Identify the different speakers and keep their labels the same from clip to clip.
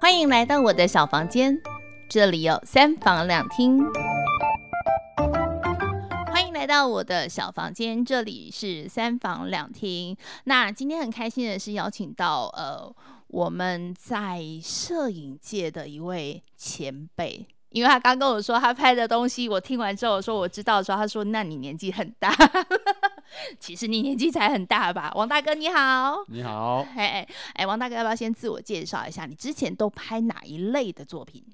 Speaker 1: 欢迎来到我的小房间，这里有三房两厅。欢迎来到我的小房间，这里是三房两厅。那今天很开心的是邀请到呃我们在摄影界的一位前辈，因为他刚跟我说他拍的东西，我听完之后我说我知道的时候，他说那你年纪很大， 其实你年纪才很大吧？王大哥你好，
Speaker 2: 你好，
Speaker 1: 哎哎哎，王大哥，要不要先自我介绍一下？你之前都拍哪一类的作品？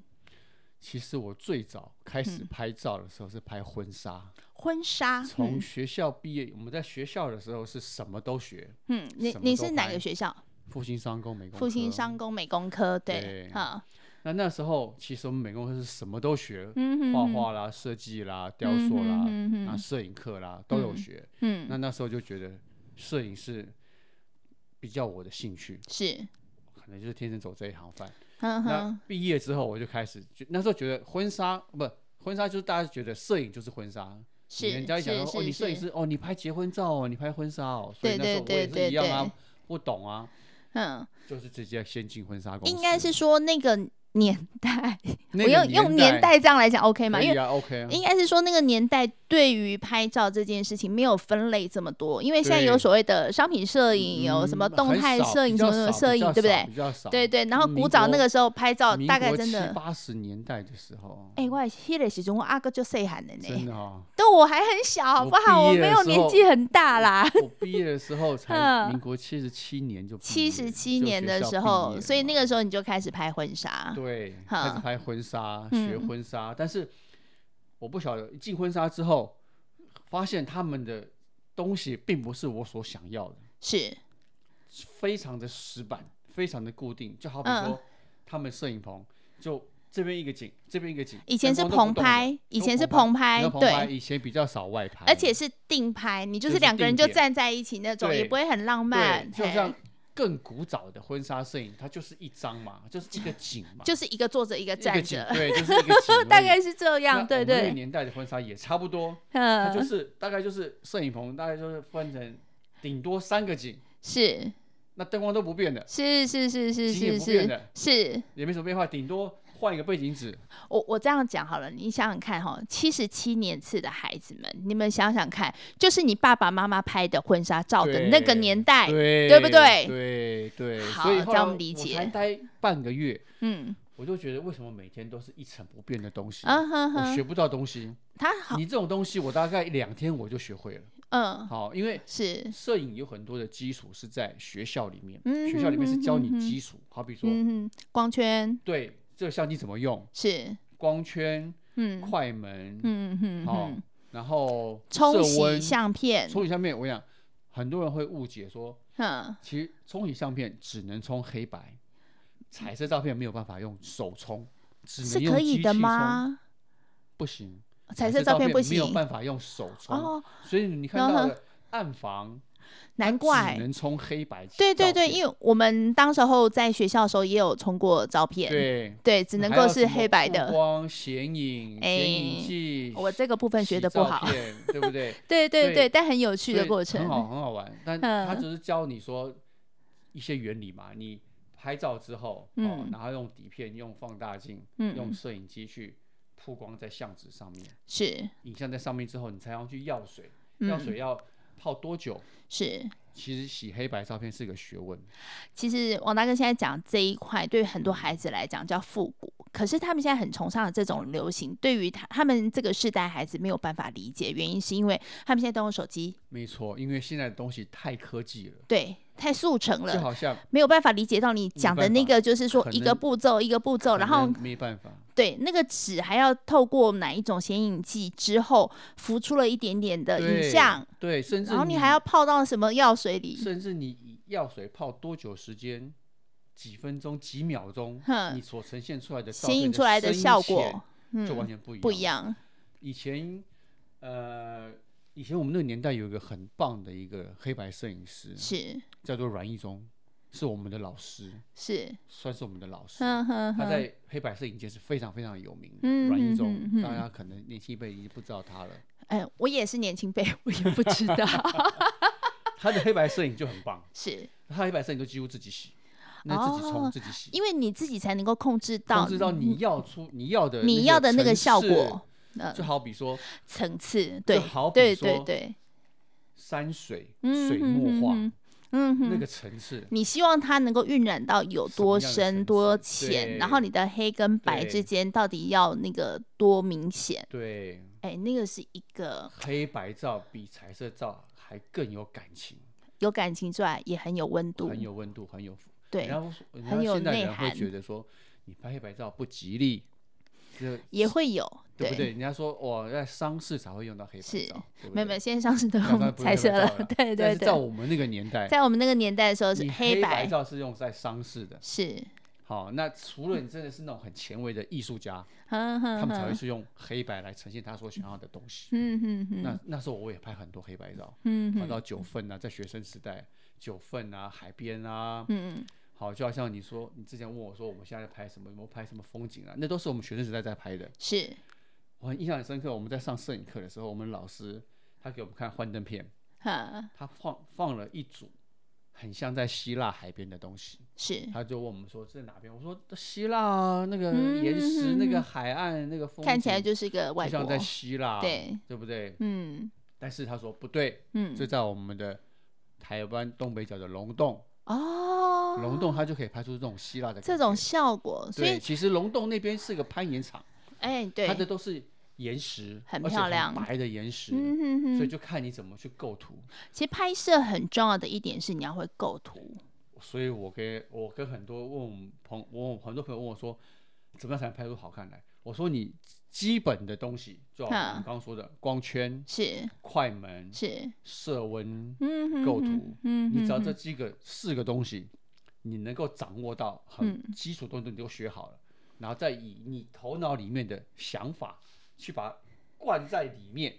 Speaker 2: 其实我最早开始
Speaker 1: 嗯
Speaker 2: 拍照的时候是拍婚纱，
Speaker 1: 婚纱？
Speaker 2: 从、学校毕业，我们在学校的时候是什么都学，
Speaker 1: 嗯，你
Speaker 2: 什么
Speaker 1: 你
Speaker 2: 都
Speaker 1: 是哪
Speaker 2: 拍
Speaker 1: 个学校？
Speaker 2: 复兴商工美工，
Speaker 1: 复兴。商工美工科，对
Speaker 2: 对，
Speaker 1: 哈，
Speaker 2: 那那时候其实我们美工科是什么都学，
Speaker 1: 嗯哼
Speaker 2: 画
Speaker 1: 哼、
Speaker 2: 画啦、设计啦、雕塑啦、
Speaker 1: 嗯哼哼
Speaker 2: 啊摄影课啦都有学。
Speaker 1: 嗯，
Speaker 2: 那那时候就觉得摄影是比较我的兴趣，
Speaker 1: 是，
Speaker 2: 可能就是天生走这一行饭。
Speaker 1: 嗯哼
Speaker 2: 那
Speaker 1: 哼，
Speaker 2: 毕业之后我就开始，就那时候觉得婚纱不婚纱就是大家觉得摄影就是婚纱，
Speaker 1: 是，
Speaker 2: 人家一想
Speaker 1: 是
Speaker 2: 说哦，你摄影，
Speaker 1: 是
Speaker 2: 师哦，你拍结婚照哦，你拍婚纱哦，所
Speaker 1: 对
Speaker 2: 以那
Speaker 1: 对
Speaker 2: 时候我
Speaker 1: 对
Speaker 2: 也
Speaker 1: 对
Speaker 2: 是一样
Speaker 1: 对
Speaker 2: 啊，不懂啊，
Speaker 1: 嗯，
Speaker 2: 就是直接先进婚纱公司，
Speaker 1: 应该是说那个年代，
Speaker 2: 那
Speaker 1: 我
Speaker 2: 个
Speaker 1: 用用年代这样来讲 OK 吗？
Speaker 2: 可
Speaker 1: 因为
Speaker 2: 以啊，OK 啊，
Speaker 1: 应该是说那个年代对于拍照这件事情没有分类这么多，因为现在有
Speaker 2: 对
Speaker 1: 所谓的商品摄影，有
Speaker 2: 嗯
Speaker 1: 什么
Speaker 2: 很
Speaker 1: 动态
Speaker 2: 少
Speaker 1: 摄影、
Speaker 2: 比
Speaker 1: 什么
Speaker 2: 较
Speaker 1: 什么
Speaker 2: 少
Speaker 1: 摄影，
Speaker 2: 比
Speaker 1: 对
Speaker 2: 较
Speaker 1: 不
Speaker 2: 少
Speaker 1: 对？
Speaker 2: 比较少，
Speaker 1: 对对，然后
Speaker 2: 民
Speaker 1: 古早那
Speaker 2: 国
Speaker 1: 个时候拍照，
Speaker 2: 民
Speaker 1: 大概
Speaker 2: 国
Speaker 1: 真的
Speaker 2: 七，八十年代的时候，
Speaker 1: 哎、我迄个时阵我阿哥就细汉的
Speaker 2: 真
Speaker 1: 呢，
Speaker 2: 的哦，
Speaker 1: 但我还很小，好
Speaker 2: 我
Speaker 1: 不好？我
Speaker 2: 毕业
Speaker 1: 没
Speaker 2: 的
Speaker 1: 有
Speaker 2: 时
Speaker 1: 年
Speaker 2: 候嗯
Speaker 1: 纪很大啦。
Speaker 2: 我毕业的时候才
Speaker 1: 哎 嗯
Speaker 2: 民国七十七年就毕
Speaker 1: 七
Speaker 2: 业
Speaker 1: 十七
Speaker 2: 就
Speaker 1: 年
Speaker 2: 学
Speaker 1: 的
Speaker 2: 校
Speaker 1: 时
Speaker 2: 毕
Speaker 1: 候，
Speaker 2: 业
Speaker 1: 所以
Speaker 2: 嘛
Speaker 1: 那个时候你就开始拍婚纱，
Speaker 2: 对，
Speaker 1: 哈
Speaker 2: 开始拍婚纱，学
Speaker 1: 啊嗯
Speaker 2: 婚纱，但是我不晓得进婚纱之后，发现他们的东西并不是我所想要的，
Speaker 1: 是，
Speaker 2: 非常的死板，非常的固定，就好比
Speaker 1: 嗯
Speaker 2: 说、他们摄影棚就。这边一个景，这边一个景。
Speaker 1: 以前是
Speaker 2: 灯光
Speaker 1: 棚
Speaker 2: 都不动的
Speaker 1: 拍，以
Speaker 2: 都
Speaker 1: 前是
Speaker 2: 棚
Speaker 1: 棚拍，
Speaker 2: 都棚拍
Speaker 1: 对，
Speaker 2: 以前比较少外拍，
Speaker 1: 而且是定拍，你就
Speaker 2: 就是是
Speaker 1: 两个人就
Speaker 2: 定点
Speaker 1: 站在一起那种，也
Speaker 2: 对
Speaker 1: 不会很浪漫
Speaker 2: 对，，就
Speaker 1: 嘿
Speaker 2: 像更古早的婚纱摄影，它就是一张嘛，就是一个景嘛，
Speaker 1: 就是一个坐着一个
Speaker 2: 一个
Speaker 1: 站
Speaker 2: 景，
Speaker 1: 着，
Speaker 2: 对，就是一个景而 已。
Speaker 1: 大概是这
Speaker 2: 那我
Speaker 1: 样，
Speaker 2: 们
Speaker 1: 对
Speaker 2: 那个
Speaker 1: 对，
Speaker 2: 年代的婚纱也差不多，它就
Speaker 1: 嗯，
Speaker 2: 是大概就是摄影棚，大概就是分成顶多三个景，
Speaker 1: 是
Speaker 2: 那灯光都不变的，
Speaker 1: 是是是是
Speaker 2: 景
Speaker 1: 是
Speaker 2: 也不变
Speaker 1: 是
Speaker 2: 的，
Speaker 1: 是。
Speaker 2: 也没什么变化，顶多换一个背景纸。
Speaker 1: 我我这样讲好了，你想想看哈、7七十七年次的孩子们，你们想想看，就是你爸爸妈妈拍的婚纱照的
Speaker 2: 对
Speaker 1: 那个年代，
Speaker 2: 对
Speaker 1: 哎对不对
Speaker 2: 对对，
Speaker 1: 好
Speaker 2: 所以后
Speaker 1: 这
Speaker 2: 来
Speaker 1: 样
Speaker 2: 我
Speaker 1: 理解
Speaker 2: 才待半个月，
Speaker 1: 嗯
Speaker 2: 我就觉得为什么每天都是一成不变的东西，
Speaker 1: 嗯哼
Speaker 2: 我
Speaker 1: 哼，
Speaker 2: 学不到东西。
Speaker 1: 他好，
Speaker 2: 你这种东西，我大概两天我就学会了。
Speaker 1: 嗯，
Speaker 2: 好，因为
Speaker 1: 是，
Speaker 2: 摄影有很多的基础是在学校里面，
Speaker 1: 嗯
Speaker 2: 学校里面是教你
Speaker 1: 哼哼哼
Speaker 2: 基础，好比说，
Speaker 1: 嗯哼，光圈
Speaker 2: 对这个相机怎么用，
Speaker 1: 是，
Speaker 2: 光圈。
Speaker 1: 嗯
Speaker 2: 快门，
Speaker 1: 嗯哼
Speaker 2: 哦
Speaker 1: 哼，
Speaker 2: 然后
Speaker 1: 冲
Speaker 2: 色
Speaker 1: 洗
Speaker 2: 温，
Speaker 1: 相片，
Speaker 2: 冲洗相片，我想很多人会误解说，
Speaker 1: 嗯，
Speaker 2: 其实冲洗相片只能冲黑白，彩色照片没有办法用手冲，只
Speaker 1: 是
Speaker 2: 能用
Speaker 1: 可
Speaker 2: 机
Speaker 1: 以
Speaker 2: 器
Speaker 1: 的
Speaker 2: 冲？
Speaker 1: 吗？
Speaker 2: 不行，
Speaker 1: 彩色
Speaker 2: 色
Speaker 1: 照
Speaker 2: 片
Speaker 1: 不
Speaker 2: 没有
Speaker 1: 行
Speaker 2: 办法用手冲，
Speaker 1: 哦，
Speaker 2: 所以你看
Speaker 1: 嗯
Speaker 2: 到
Speaker 1: 哼
Speaker 2: 的暗房
Speaker 1: 难怪
Speaker 2: 只。能冲黑白照
Speaker 1: 对
Speaker 2: 片，
Speaker 1: 对对，因为我们当时候在学校的时候也有冲过照片，
Speaker 2: 对。
Speaker 1: 对只能
Speaker 2: 还
Speaker 1: 够
Speaker 2: 有
Speaker 1: 是
Speaker 2: 什么
Speaker 1: 黑白
Speaker 2: 曝
Speaker 1: 的。
Speaker 2: 光、显影、显
Speaker 1: 哎
Speaker 2: 影剂，
Speaker 1: 我这个部分学
Speaker 2: 洗
Speaker 1: 的不
Speaker 2: 照
Speaker 1: 好，
Speaker 2: 片，对不对？
Speaker 1: 对对对，
Speaker 2: 对
Speaker 1: 但很有趣
Speaker 2: 所
Speaker 1: 的
Speaker 2: 以
Speaker 1: 过
Speaker 2: 很好
Speaker 1: 程。
Speaker 2: 很好玩。但他
Speaker 1: 嗯
Speaker 2: 只是教你说一些原理嘛，你拍照之后，哦
Speaker 1: 嗯，
Speaker 2: 然后用底片、用放大镜、用
Speaker 1: 嗯，
Speaker 2: 摄影机去曝光在相纸上面，
Speaker 1: 是，
Speaker 2: 影像在上面之后，你才要去药水，药
Speaker 1: 嗯，
Speaker 2: 水要泡多久？
Speaker 1: 是。
Speaker 2: 其实洗黑白照片是个学问，
Speaker 1: 其实王大哥现在讲这一块，对于很多孩子来讲叫复古，可是他们现在很崇尚的这种流行，对于他他们这个世代孩子没有办法理解，原因是因为他们现在都用手机，
Speaker 2: 没错，因为现在的东西太科技了，
Speaker 1: 对，太速成了
Speaker 2: 就，好像
Speaker 1: 没有办法理解到你讲的那个，就是说
Speaker 2: 可能
Speaker 1: 一个步骤一个步骤，
Speaker 2: 可
Speaker 1: 哦然后
Speaker 2: 能没办法，
Speaker 1: 对那个纸还要透过哪一种显影剂之后浮出了一点点的呃影
Speaker 2: 对
Speaker 1: 像，
Speaker 2: 对，甚至
Speaker 1: 然后你还要泡到什么药水里？
Speaker 2: 甚至你以药水泡多久时间，几分钟、几秒钟
Speaker 1: 哼，
Speaker 2: 你所呈现出来的照
Speaker 1: 显
Speaker 2: 片
Speaker 1: 影出来的
Speaker 2: 深
Speaker 1: 效
Speaker 2: 浅
Speaker 1: 果，
Speaker 2: 就完
Speaker 1: 嗯，
Speaker 2: 全不一样。
Speaker 1: 不一。样，
Speaker 2: 以前，呃，以前我们那个年代有一个很棒的一个黑白摄影师，
Speaker 1: 是
Speaker 2: 叫做阮义忠，是我们的老师，
Speaker 1: 是，
Speaker 2: 算是我们的老师。
Speaker 1: 哼哼
Speaker 2: 他
Speaker 1: 哼，
Speaker 2: 在黑白摄影界是非常非常有名
Speaker 1: 嗯
Speaker 2: 的，阮义
Speaker 1: 哼
Speaker 2: 忠，
Speaker 1: 哼
Speaker 2: 大家可能年轻一辈已经不知道他了。
Speaker 1: 哎，我也是年轻辈，我也不知 道，
Speaker 2: 他的黑白摄影就很棒，
Speaker 1: 是
Speaker 2: 他的黑白摄影都几乎自己洗，那自己冲、
Speaker 1: 哦
Speaker 2: 自己洗，
Speaker 1: 因为你自己才能够控制到，嗯
Speaker 2: 控制到你要出你要的
Speaker 1: 你要的那个
Speaker 2: 层
Speaker 1: 效
Speaker 2: 次
Speaker 1: 果，呃
Speaker 2: 就好比说
Speaker 1: 层次，对
Speaker 2: 好，比
Speaker 1: 对对
Speaker 2: 说
Speaker 1: 对，
Speaker 2: 山水、
Speaker 1: 嗯
Speaker 2: 水
Speaker 1: 哼
Speaker 2: 墨画、
Speaker 1: 嗯哼嗯哼，
Speaker 2: 那个层次，
Speaker 1: 你希望它能够晕染到有
Speaker 2: 什
Speaker 1: 多
Speaker 2: 么样的层
Speaker 1: 深
Speaker 2: 次
Speaker 1: 多浅，然后
Speaker 2: 对
Speaker 1: 你的黑跟白之
Speaker 2: 对
Speaker 1: 间到底要那个多明显？
Speaker 2: 对，
Speaker 1: 哎、那个是一个
Speaker 2: 黑白照比彩色照还更有感情，
Speaker 1: 有感情之外，也很有温度，
Speaker 2: 很有温度，很有。
Speaker 1: 对，
Speaker 2: 然后说人
Speaker 1: 很
Speaker 2: 家
Speaker 1: 有
Speaker 2: 现代
Speaker 1: 内
Speaker 2: 人会
Speaker 1: 涵
Speaker 2: 觉得说你拍黑白照不吉利，这
Speaker 1: 也会有，
Speaker 2: 对不对？人家说哇，在商事才会用到黑
Speaker 1: 是
Speaker 2: 白照，对不
Speaker 1: 没有
Speaker 2: 对
Speaker 1: 没有，现在上市都
Speaker 2: 那当然
Speaker 1: 用
Speaker 2: 不是
Speaker 1: 彩
Speaker 2: 黑
Speaker 1: 色
Speaker 2: 白照
Speaker 1: 了，对
Speaker 2: 但
Speaker 1: 对
Speaker 2: 是在
Speaker 1: 对。
Speaker 2: 我们那个年代，
Speaker 1: 在我们那个年代的时候是
Speaker 2: 你黑
Speaker 1: 白，
Speaker 2: 照是用在商事的。
Speaker 1: 是，
Speaker 2: 好，那除了你真的是那种很前卫的艺术家，
Speaker 1: 哼哼
Speaker 2: 他们才
Speaker 1: 嗯
Speaker 2: 会
Speaker 1: 哼
Speaker 2: 去用黑白来呈现他所想要的东西。
Speaker 1: 嗯哼哼，
Speaker 2: 那那时候我也拍很多黑白照，
Speaker 1: 嗯
Speaker 2: 拍
Speaker 1: 哼，
Speaker 2: 到九份啊，在学生时代，九份啊，海边啊，
Speaker 1: 嗯嗯，
Speaker 2: 好，就好像你说，你之前问我说我们现在在拍什么，有没有拍什么风景啊？那都是我们学生时代在拍的。
Speaker 1: 是，
Speaker 2: 我很印象很深刻，我们在上摄影课的时候，我们老师他给我们看幻灯片，
Speaker 1: 哈，
Speaker 2: 他放放了一组很像在希腊海边的东西，
Speaker 1: 是，
Speaker 2: 他就问我们说这是哪边？我说希腊啊，那个
Speaker 1: 嗯
Speaker 2: 岩石、
Speaker 1: 嗯
Speaker 2: 那
Speaker 1: 嗯
Speaker 2: 个海岸、那个风景，
Speaker 1: 看起来就是个外
Speaker 2: 就像
Speaker 1: 国，
Speaker 2: 在希腊，
Speaker 1: 对，
Speaker 2: 对不对？
Speaker 1: 嗯
Speaker 2: 但是他说不对，
Speaker 1: 嗯，
Speaker 2: 就在我们的台湾东北角的龙洞，
Speaker 1: 哦，
Speaker 2: 龙洞它就可以拍出这种希腊的感
Speaker 1: 这种
Speaker 2: 觉
Speaker 1: 效果，所
Speaker 2: 对，
Speaker 1: 以
Speaker 2: 其实龙洞那边是个攀岩场，
Speaker 1: 哎、对，
Speaker 2: 它的都是岩石，
Speaker 1: 很
Speaker 2: 而且
Speaker 1: 漂亮
Speaker 2: 白的岩石，
Speaker 1: 嗯哼哼，
Speaker 2: 所以就看你怎么去构图。
Speaker 1: 其实拍摄很重要的一点是你要会构图，
Speaker 2: 所以我跟我跟很多问我们朋我我很多朋友问我说，怎么样才能拍出好看来？我说你基本的东西，就好像
Speaker 1: 嗯
Speaker 2: 我们刚刚说的光圈、
Speaker 1: 是
Speaker 2: 快门、
Speaker 1: 是，
Speaker 2: 色温，
Speaker 1: 嗯哼
Speaker 2: 构
Speaker 1: 哼
Speaker 2: 图
Speaker 1: 嗯
Speaker 2: 你只要
Speaker 1: 哼
Speaker 2: 这
Speaker 1: 哼
Speaker 2: 几个四个东西，你能够掌握到很
Speaker 1: 嗯
Speaker 2: 基础东西，你都学好了，然后再以你头脑里面的想法去把它灌在里面。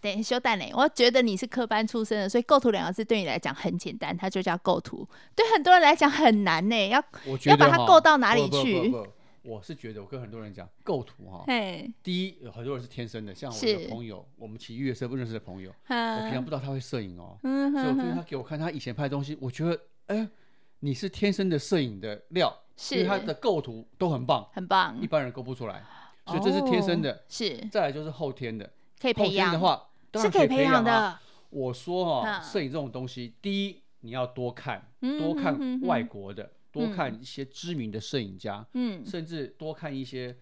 Speaker 1: 等一下修蛋嘞，我觉得你是科班出身的，所以构图两个字对你来讲很简单，它就叫构图，对很多人来讲很难呢，要
Speaker 2: 我觉得
Speaker 1: 把它
Speaker 2: 哈
Speaker 1: 够到哪
Speaker 2: 不
Speaker 1: 里
Speaker 2: 不
Speaker 1: 去
Speaker 2: 不不不我是觉得，我跟很多人讲构图哈，
Speaker 1: 嘿，
Speaker 2: 第一有很多人是天生的，像我
Speaker 1: 是
Speaker 2: 的朋友，我们骑越野车不认识的朋友，我平常
Speaker 1: 嗯
Speaker 2: 不知道他会摄影哦，
Speaker 1: 嗯
Speaker 2: 所以
Speaker 1: 哼
Speaker 2: 我看
Speaker 1: 哼，
Speaker 2: 他给我看他以前拍的东西，我觉得哎，你是天生的摄影的料，因为
Speaker 1: 是嗯
Speaker 2: 他的构图都很棒，
Speaker 1: 很棒
Speaker 2: 一，般人构不出来，所以这是天生的。
Speaker 1: 是
Speaker 2: 再来就是后天的，
Speaker 1: 哦可以
Speaker 2: 后
Speaker 1: 培
Speaker 2: 天
Speaker 1: 养
Speaker 2: 的，话当
Speaker 1: 是
Speaker 2: 然
Speaker 1: 可以
Speaker 2: 培
Speaker 1: 培养
Speaker 2: 啊。
Speaker 1: 的，
Speaker 2: 我说哈、
Speaker 1: 嗯
Speaker 2: 摄影这种东西，第一你要多看，
Speaker 1: 嗯
Speaker 2: 多
Speaker 1: 哼
Speaker 2: 看
Speaker 1: 哼
Speaker 2: 外
Speaker 1: 哼
Speaker 2: 国的，多
Speaker 1: 嗯
Speaker 2: 看一些知名的摄影家，
Speaker 1: 嗯
Speaker 2: 甚至多看一些。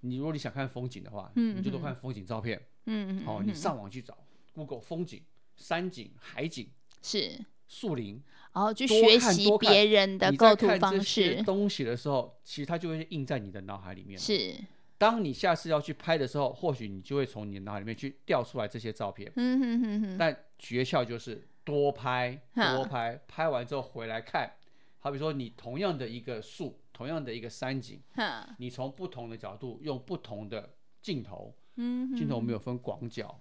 Speaker 2: 你如果你想看风景的话，
Speaker 1: 嗯
Speaker 2: 你就多
Speaker 1: 嗯
Speaker 2: 看风景照片。
Speaker 1: 嗯嗯，
Speaker 2: 哦，
Speaker 1: 嗯
Speaker 2: 你
Speaker 1: 嗯
Speaker 2: 上网去找 Google 风景、山景、海景、
Speaker 1: 是。
Speaker 2: 树林，
Speaker 1: 然后去
Speaker 2: 多
Speaker 1: 学
Speaker 2: 看
Speaker 1: 习
Speaker 2: 多看
Speaker 1: 别人的
Speaker 2: 你
Speaker 1: 构
Speaker 2: 在
Speaker 1: 图
Speaker 2: 看这
Speaker 1: 方
Speaker 2: 些
Speaker 1: 式，
Speaker 2: 东西的时候，其实它就会印在你的脑海里面。
Speaker 1: 是，
Speaker 2: 当你下次要去拍的时候，或许你就会从你的脑海里面去调出来这些照片。
Speaker 1: 嗯哼哼哼，
Speaker 2: 但诀窍就是多拍，
Speaker 1: 哈
Speaker 2: 多拍，拍完之后回来看。好比说，你同样的一个树，同样的一个山景，
Speaker 1: 哼，
Speaker 2: 你从不同的角度，用不同的镜头，
Speaker 1: 嗯哼，
Speaker 2: 镜头我们有分广角、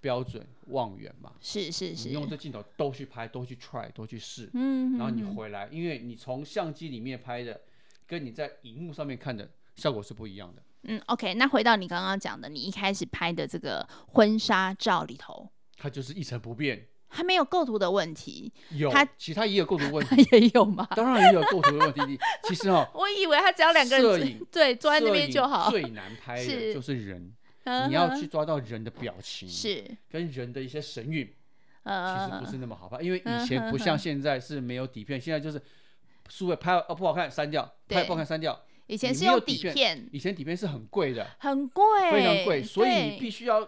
Speaker 2: 标准、望远嘛？
Speaker 1: 是是是，
Speaker 2: 你用这镜头都去拍，都去 try，都去试，
Speaker 1: 嗯哼哼，
Speaker 2: 然后你回来，因为你从相机里面拍的，跟你在荧幕上面看的效果是不一样的。
Speaker 1: 嗯，OK，那回到你刚刚讲的，你一开始拍的这个婚纱照里头，
Speaker 2: 它就是一成不变。
Speaker 1: 它没有构图的问题，
Speaker 2: 有
Speaker 1: 它，
Speaker 2: 其实它 也有构图 问
Speaker 1: 它
Speaker 2: 题，
Speaker 1: 也有吗？
Speaker 2: 当然也有构图的问题。你其实哦，
Speaker 1: 我以为他只要两个
Speaker 2: 摄
Speaker 1: 人
Speaker 2: 影
Speaker 1: 对 坐在那
Speaker 2: 摄
Speaker 1: 边
Speaker 2: 影
Speaker 1: 就好，
Speaker 2: 最难拍
Speaker 1: 是
Speaker 2: 的就是人，
Speaker 1: 嗯
Speaker 2: 你要
Speaker 1: 哼
Speaker 2: 去抓到人的表情，
Speaker 1: 是，
Speaker 2: 跟人的一些神韵，其
Speaker 1: 呃，
Speaker 2: 实不是那么好拍，因为
Speaker 1: 嗯
Speaker 2: 以前不像现在是没有底片，现在就是数位拍哦不好看删掉，
Speaker 1: 对
Speaker 2: 拍不好看删掉。
Speaker 1: 以前
Speaker 2: 你
Speaker 1: 是
Speaker 2: 没有
Speaker 1: 用
Speaker 2: 底片
Speaker 1: 片，
Speaker 2: 以前底片是很贵的，
Speaker 1: 很贵，
Speaker 2: 非常贵，所以
Speaker 1: 对
Speaker 2: 你必须要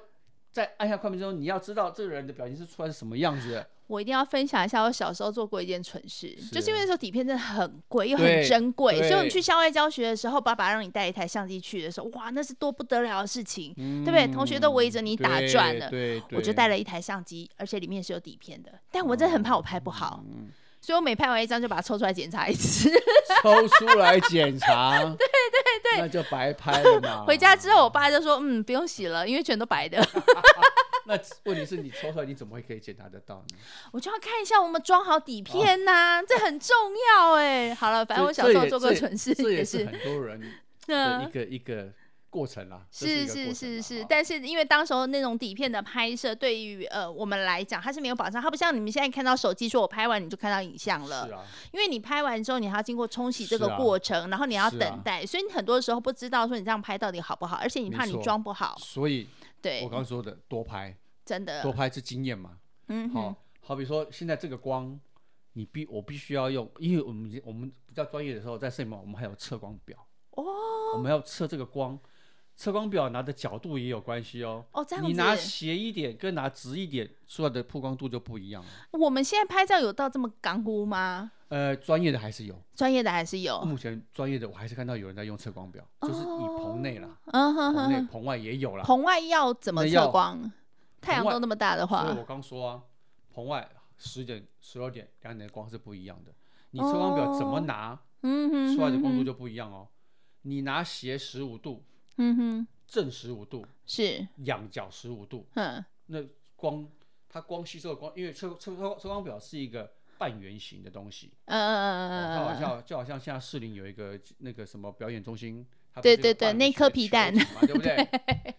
Speaker 2: 在按下快门之后，你要知道这个人的表情是出来是什么样子的。
Speaker 1: 我一定要分享一下，我小时候做过一件蠢事，
Speaker 2: 是
Speaker 1: 就是因为那时候底片真的很贵又很
Speaker 2: 对
Speaker 1: 珍贵，所以我们
Speaker 2: 对
Speaker 1: 去校外教学的时候，爸爸让你带一台相机去的时候，哇，那是多不得了的事情，
Speaker 2: 对
Speaker 1: 对不对？同学都围着你打转了，
Speaker 2: 嗯对，
Speaker 1: 我就带
Speaker 2: 了。
Speaker 1: 了一台相机，而且里面是有底片的，但我真的很怕我拍不
Speaker 2: 哦
Speaker 1: 好，所以我每拍完一张就把它抽出来检查一次。
Speaker 2: 抽出来 检查，对对对，那就白拍了嘛。
Speaker 1: 回家之后，我爸就说：“嗯，不用洗了，因为全都白的。
Speaker 2: 那问题是你抽出来，你怎么会可以检查得到呢？”
Speaker 1: 我就要看一下我们装好底片呐、这很重要哎、好了，反正我小时候做过蠢事
Speaker 2: 这也
Speaker 1: 是
Speaker 2: 是，很多人的一
Speaker 1: 嗯，
Speaker 2: 个一个过程啦、这
Speaker 1: 是
Speaker 2: 一个过
Speaker 1: 是
Speaker 2: 程
Speaker 1: 是
Speaker 2: 啦
Speaker 1: 是，
Speaker 2: 哈
Speaker 1: 但是因为当时候那种底片的拍摄，对于呃我们来讲，它是没有保障，它不像你们现在看到手机，说我拍完你就看到影像了。
Speaker 2: 是啊，
Speaker 1: 因为你拍完之后，你还要经过冲洗这
Speaker 2: 是
Speaker 1: 个
Speaker 2: 啊
Speaker 1: 过程，然后你要
Speaker 2: 是啊
Speaker 1: 等待，所以你很多时候不知道说你这样拍到底好不好，而且你
Speaker 2: 没
Speaker 1: 怕你
Speaker 2: 错
Speaker 1: 装不好，
Speaker 2: 所以
Speaker 1: 对
Speaker 2: 我，刚说的多拍，
Speaker 1: 真的
Speaker 2: 多，拍是经验嘛。
Speaker 1: 嗯
Speaker 2: 好、
Speaker 1: 哼，
Speaker 2: 好比说现在这个光，你必我必须要用，因为我们已经我们比较专业的时候，在摄影嘛，我们还有测光表哦，我们要测这个光，测光表拿的角度也有关系哦。
Speaker 1: 哦这样
Speaker 2: 你拿
Speaker 1: 子
Speaker 2: 斜一点跟拿直一点出来的曝光度就不一样了。
Speaker 1: 我们现在拍照有到这么干乎吗？
Speaker 2: 呃，专业的还是有，
Speaker 1: 专业的还是有，
Speaker 2: 目前专业的我还是看到有人在用测光表，就是以棚内啦，
Speaker 1: 嗯哼
Speaker 2: 棚
Speaker 1: 哼
Speaker 2: 内
Speaker 1: 哼，
Speaker 2: 棚外也有啦。
Speaker 1: 棚外要怎么
Speaker 2: 那
Speaker 1: 测
Speaker 2: 要
Speaker 1: 光？太阳
Speaker 2: 外
Speaker 1: 都那么大的
Speaker 2: 所
Speaker 1: 话
Speaker 2: 以，我刚说啊，棚外十点、十二点、两点的光是不一样的。你测光表怎么
Speaker 1: 哦
Speaker 2: 拿？
Speaker 1: 嗯哼，
Speaker 2: 出来的光度
Speaker 1: 就，
Speaker 2: 就不一样哦。你拿斜十五度，
Speaker 1: 嗯哼，
Speaker 2: 正十五度，
Speaker 1: 是，
Speaker 2: 仰角十五度，
Speaker 1: 嗯，
Speaker 2: 那光它光吸收的光，因为测测测测光表是一个半圆形的东西，
Speaker 1: 嗯嗯
Speaker 2: 哦它好
Speaker 1: 嗯嗯嗯，
Speaker 2: 像就好像现在士林有一个那个什么表演中心，它不
Speaker 1: 对
Speaker 2: 是有
Speaker 1: 对对
Speaker 2: 半圆
Speaker 1: 那
Speaker 2: 形
Speaker 1: 颗
Speaker 2: 的
Speaker 1: 皮
Speaker 2: 球
Speaker 1: 蛋
Speaker 2: 体嘛对不 对？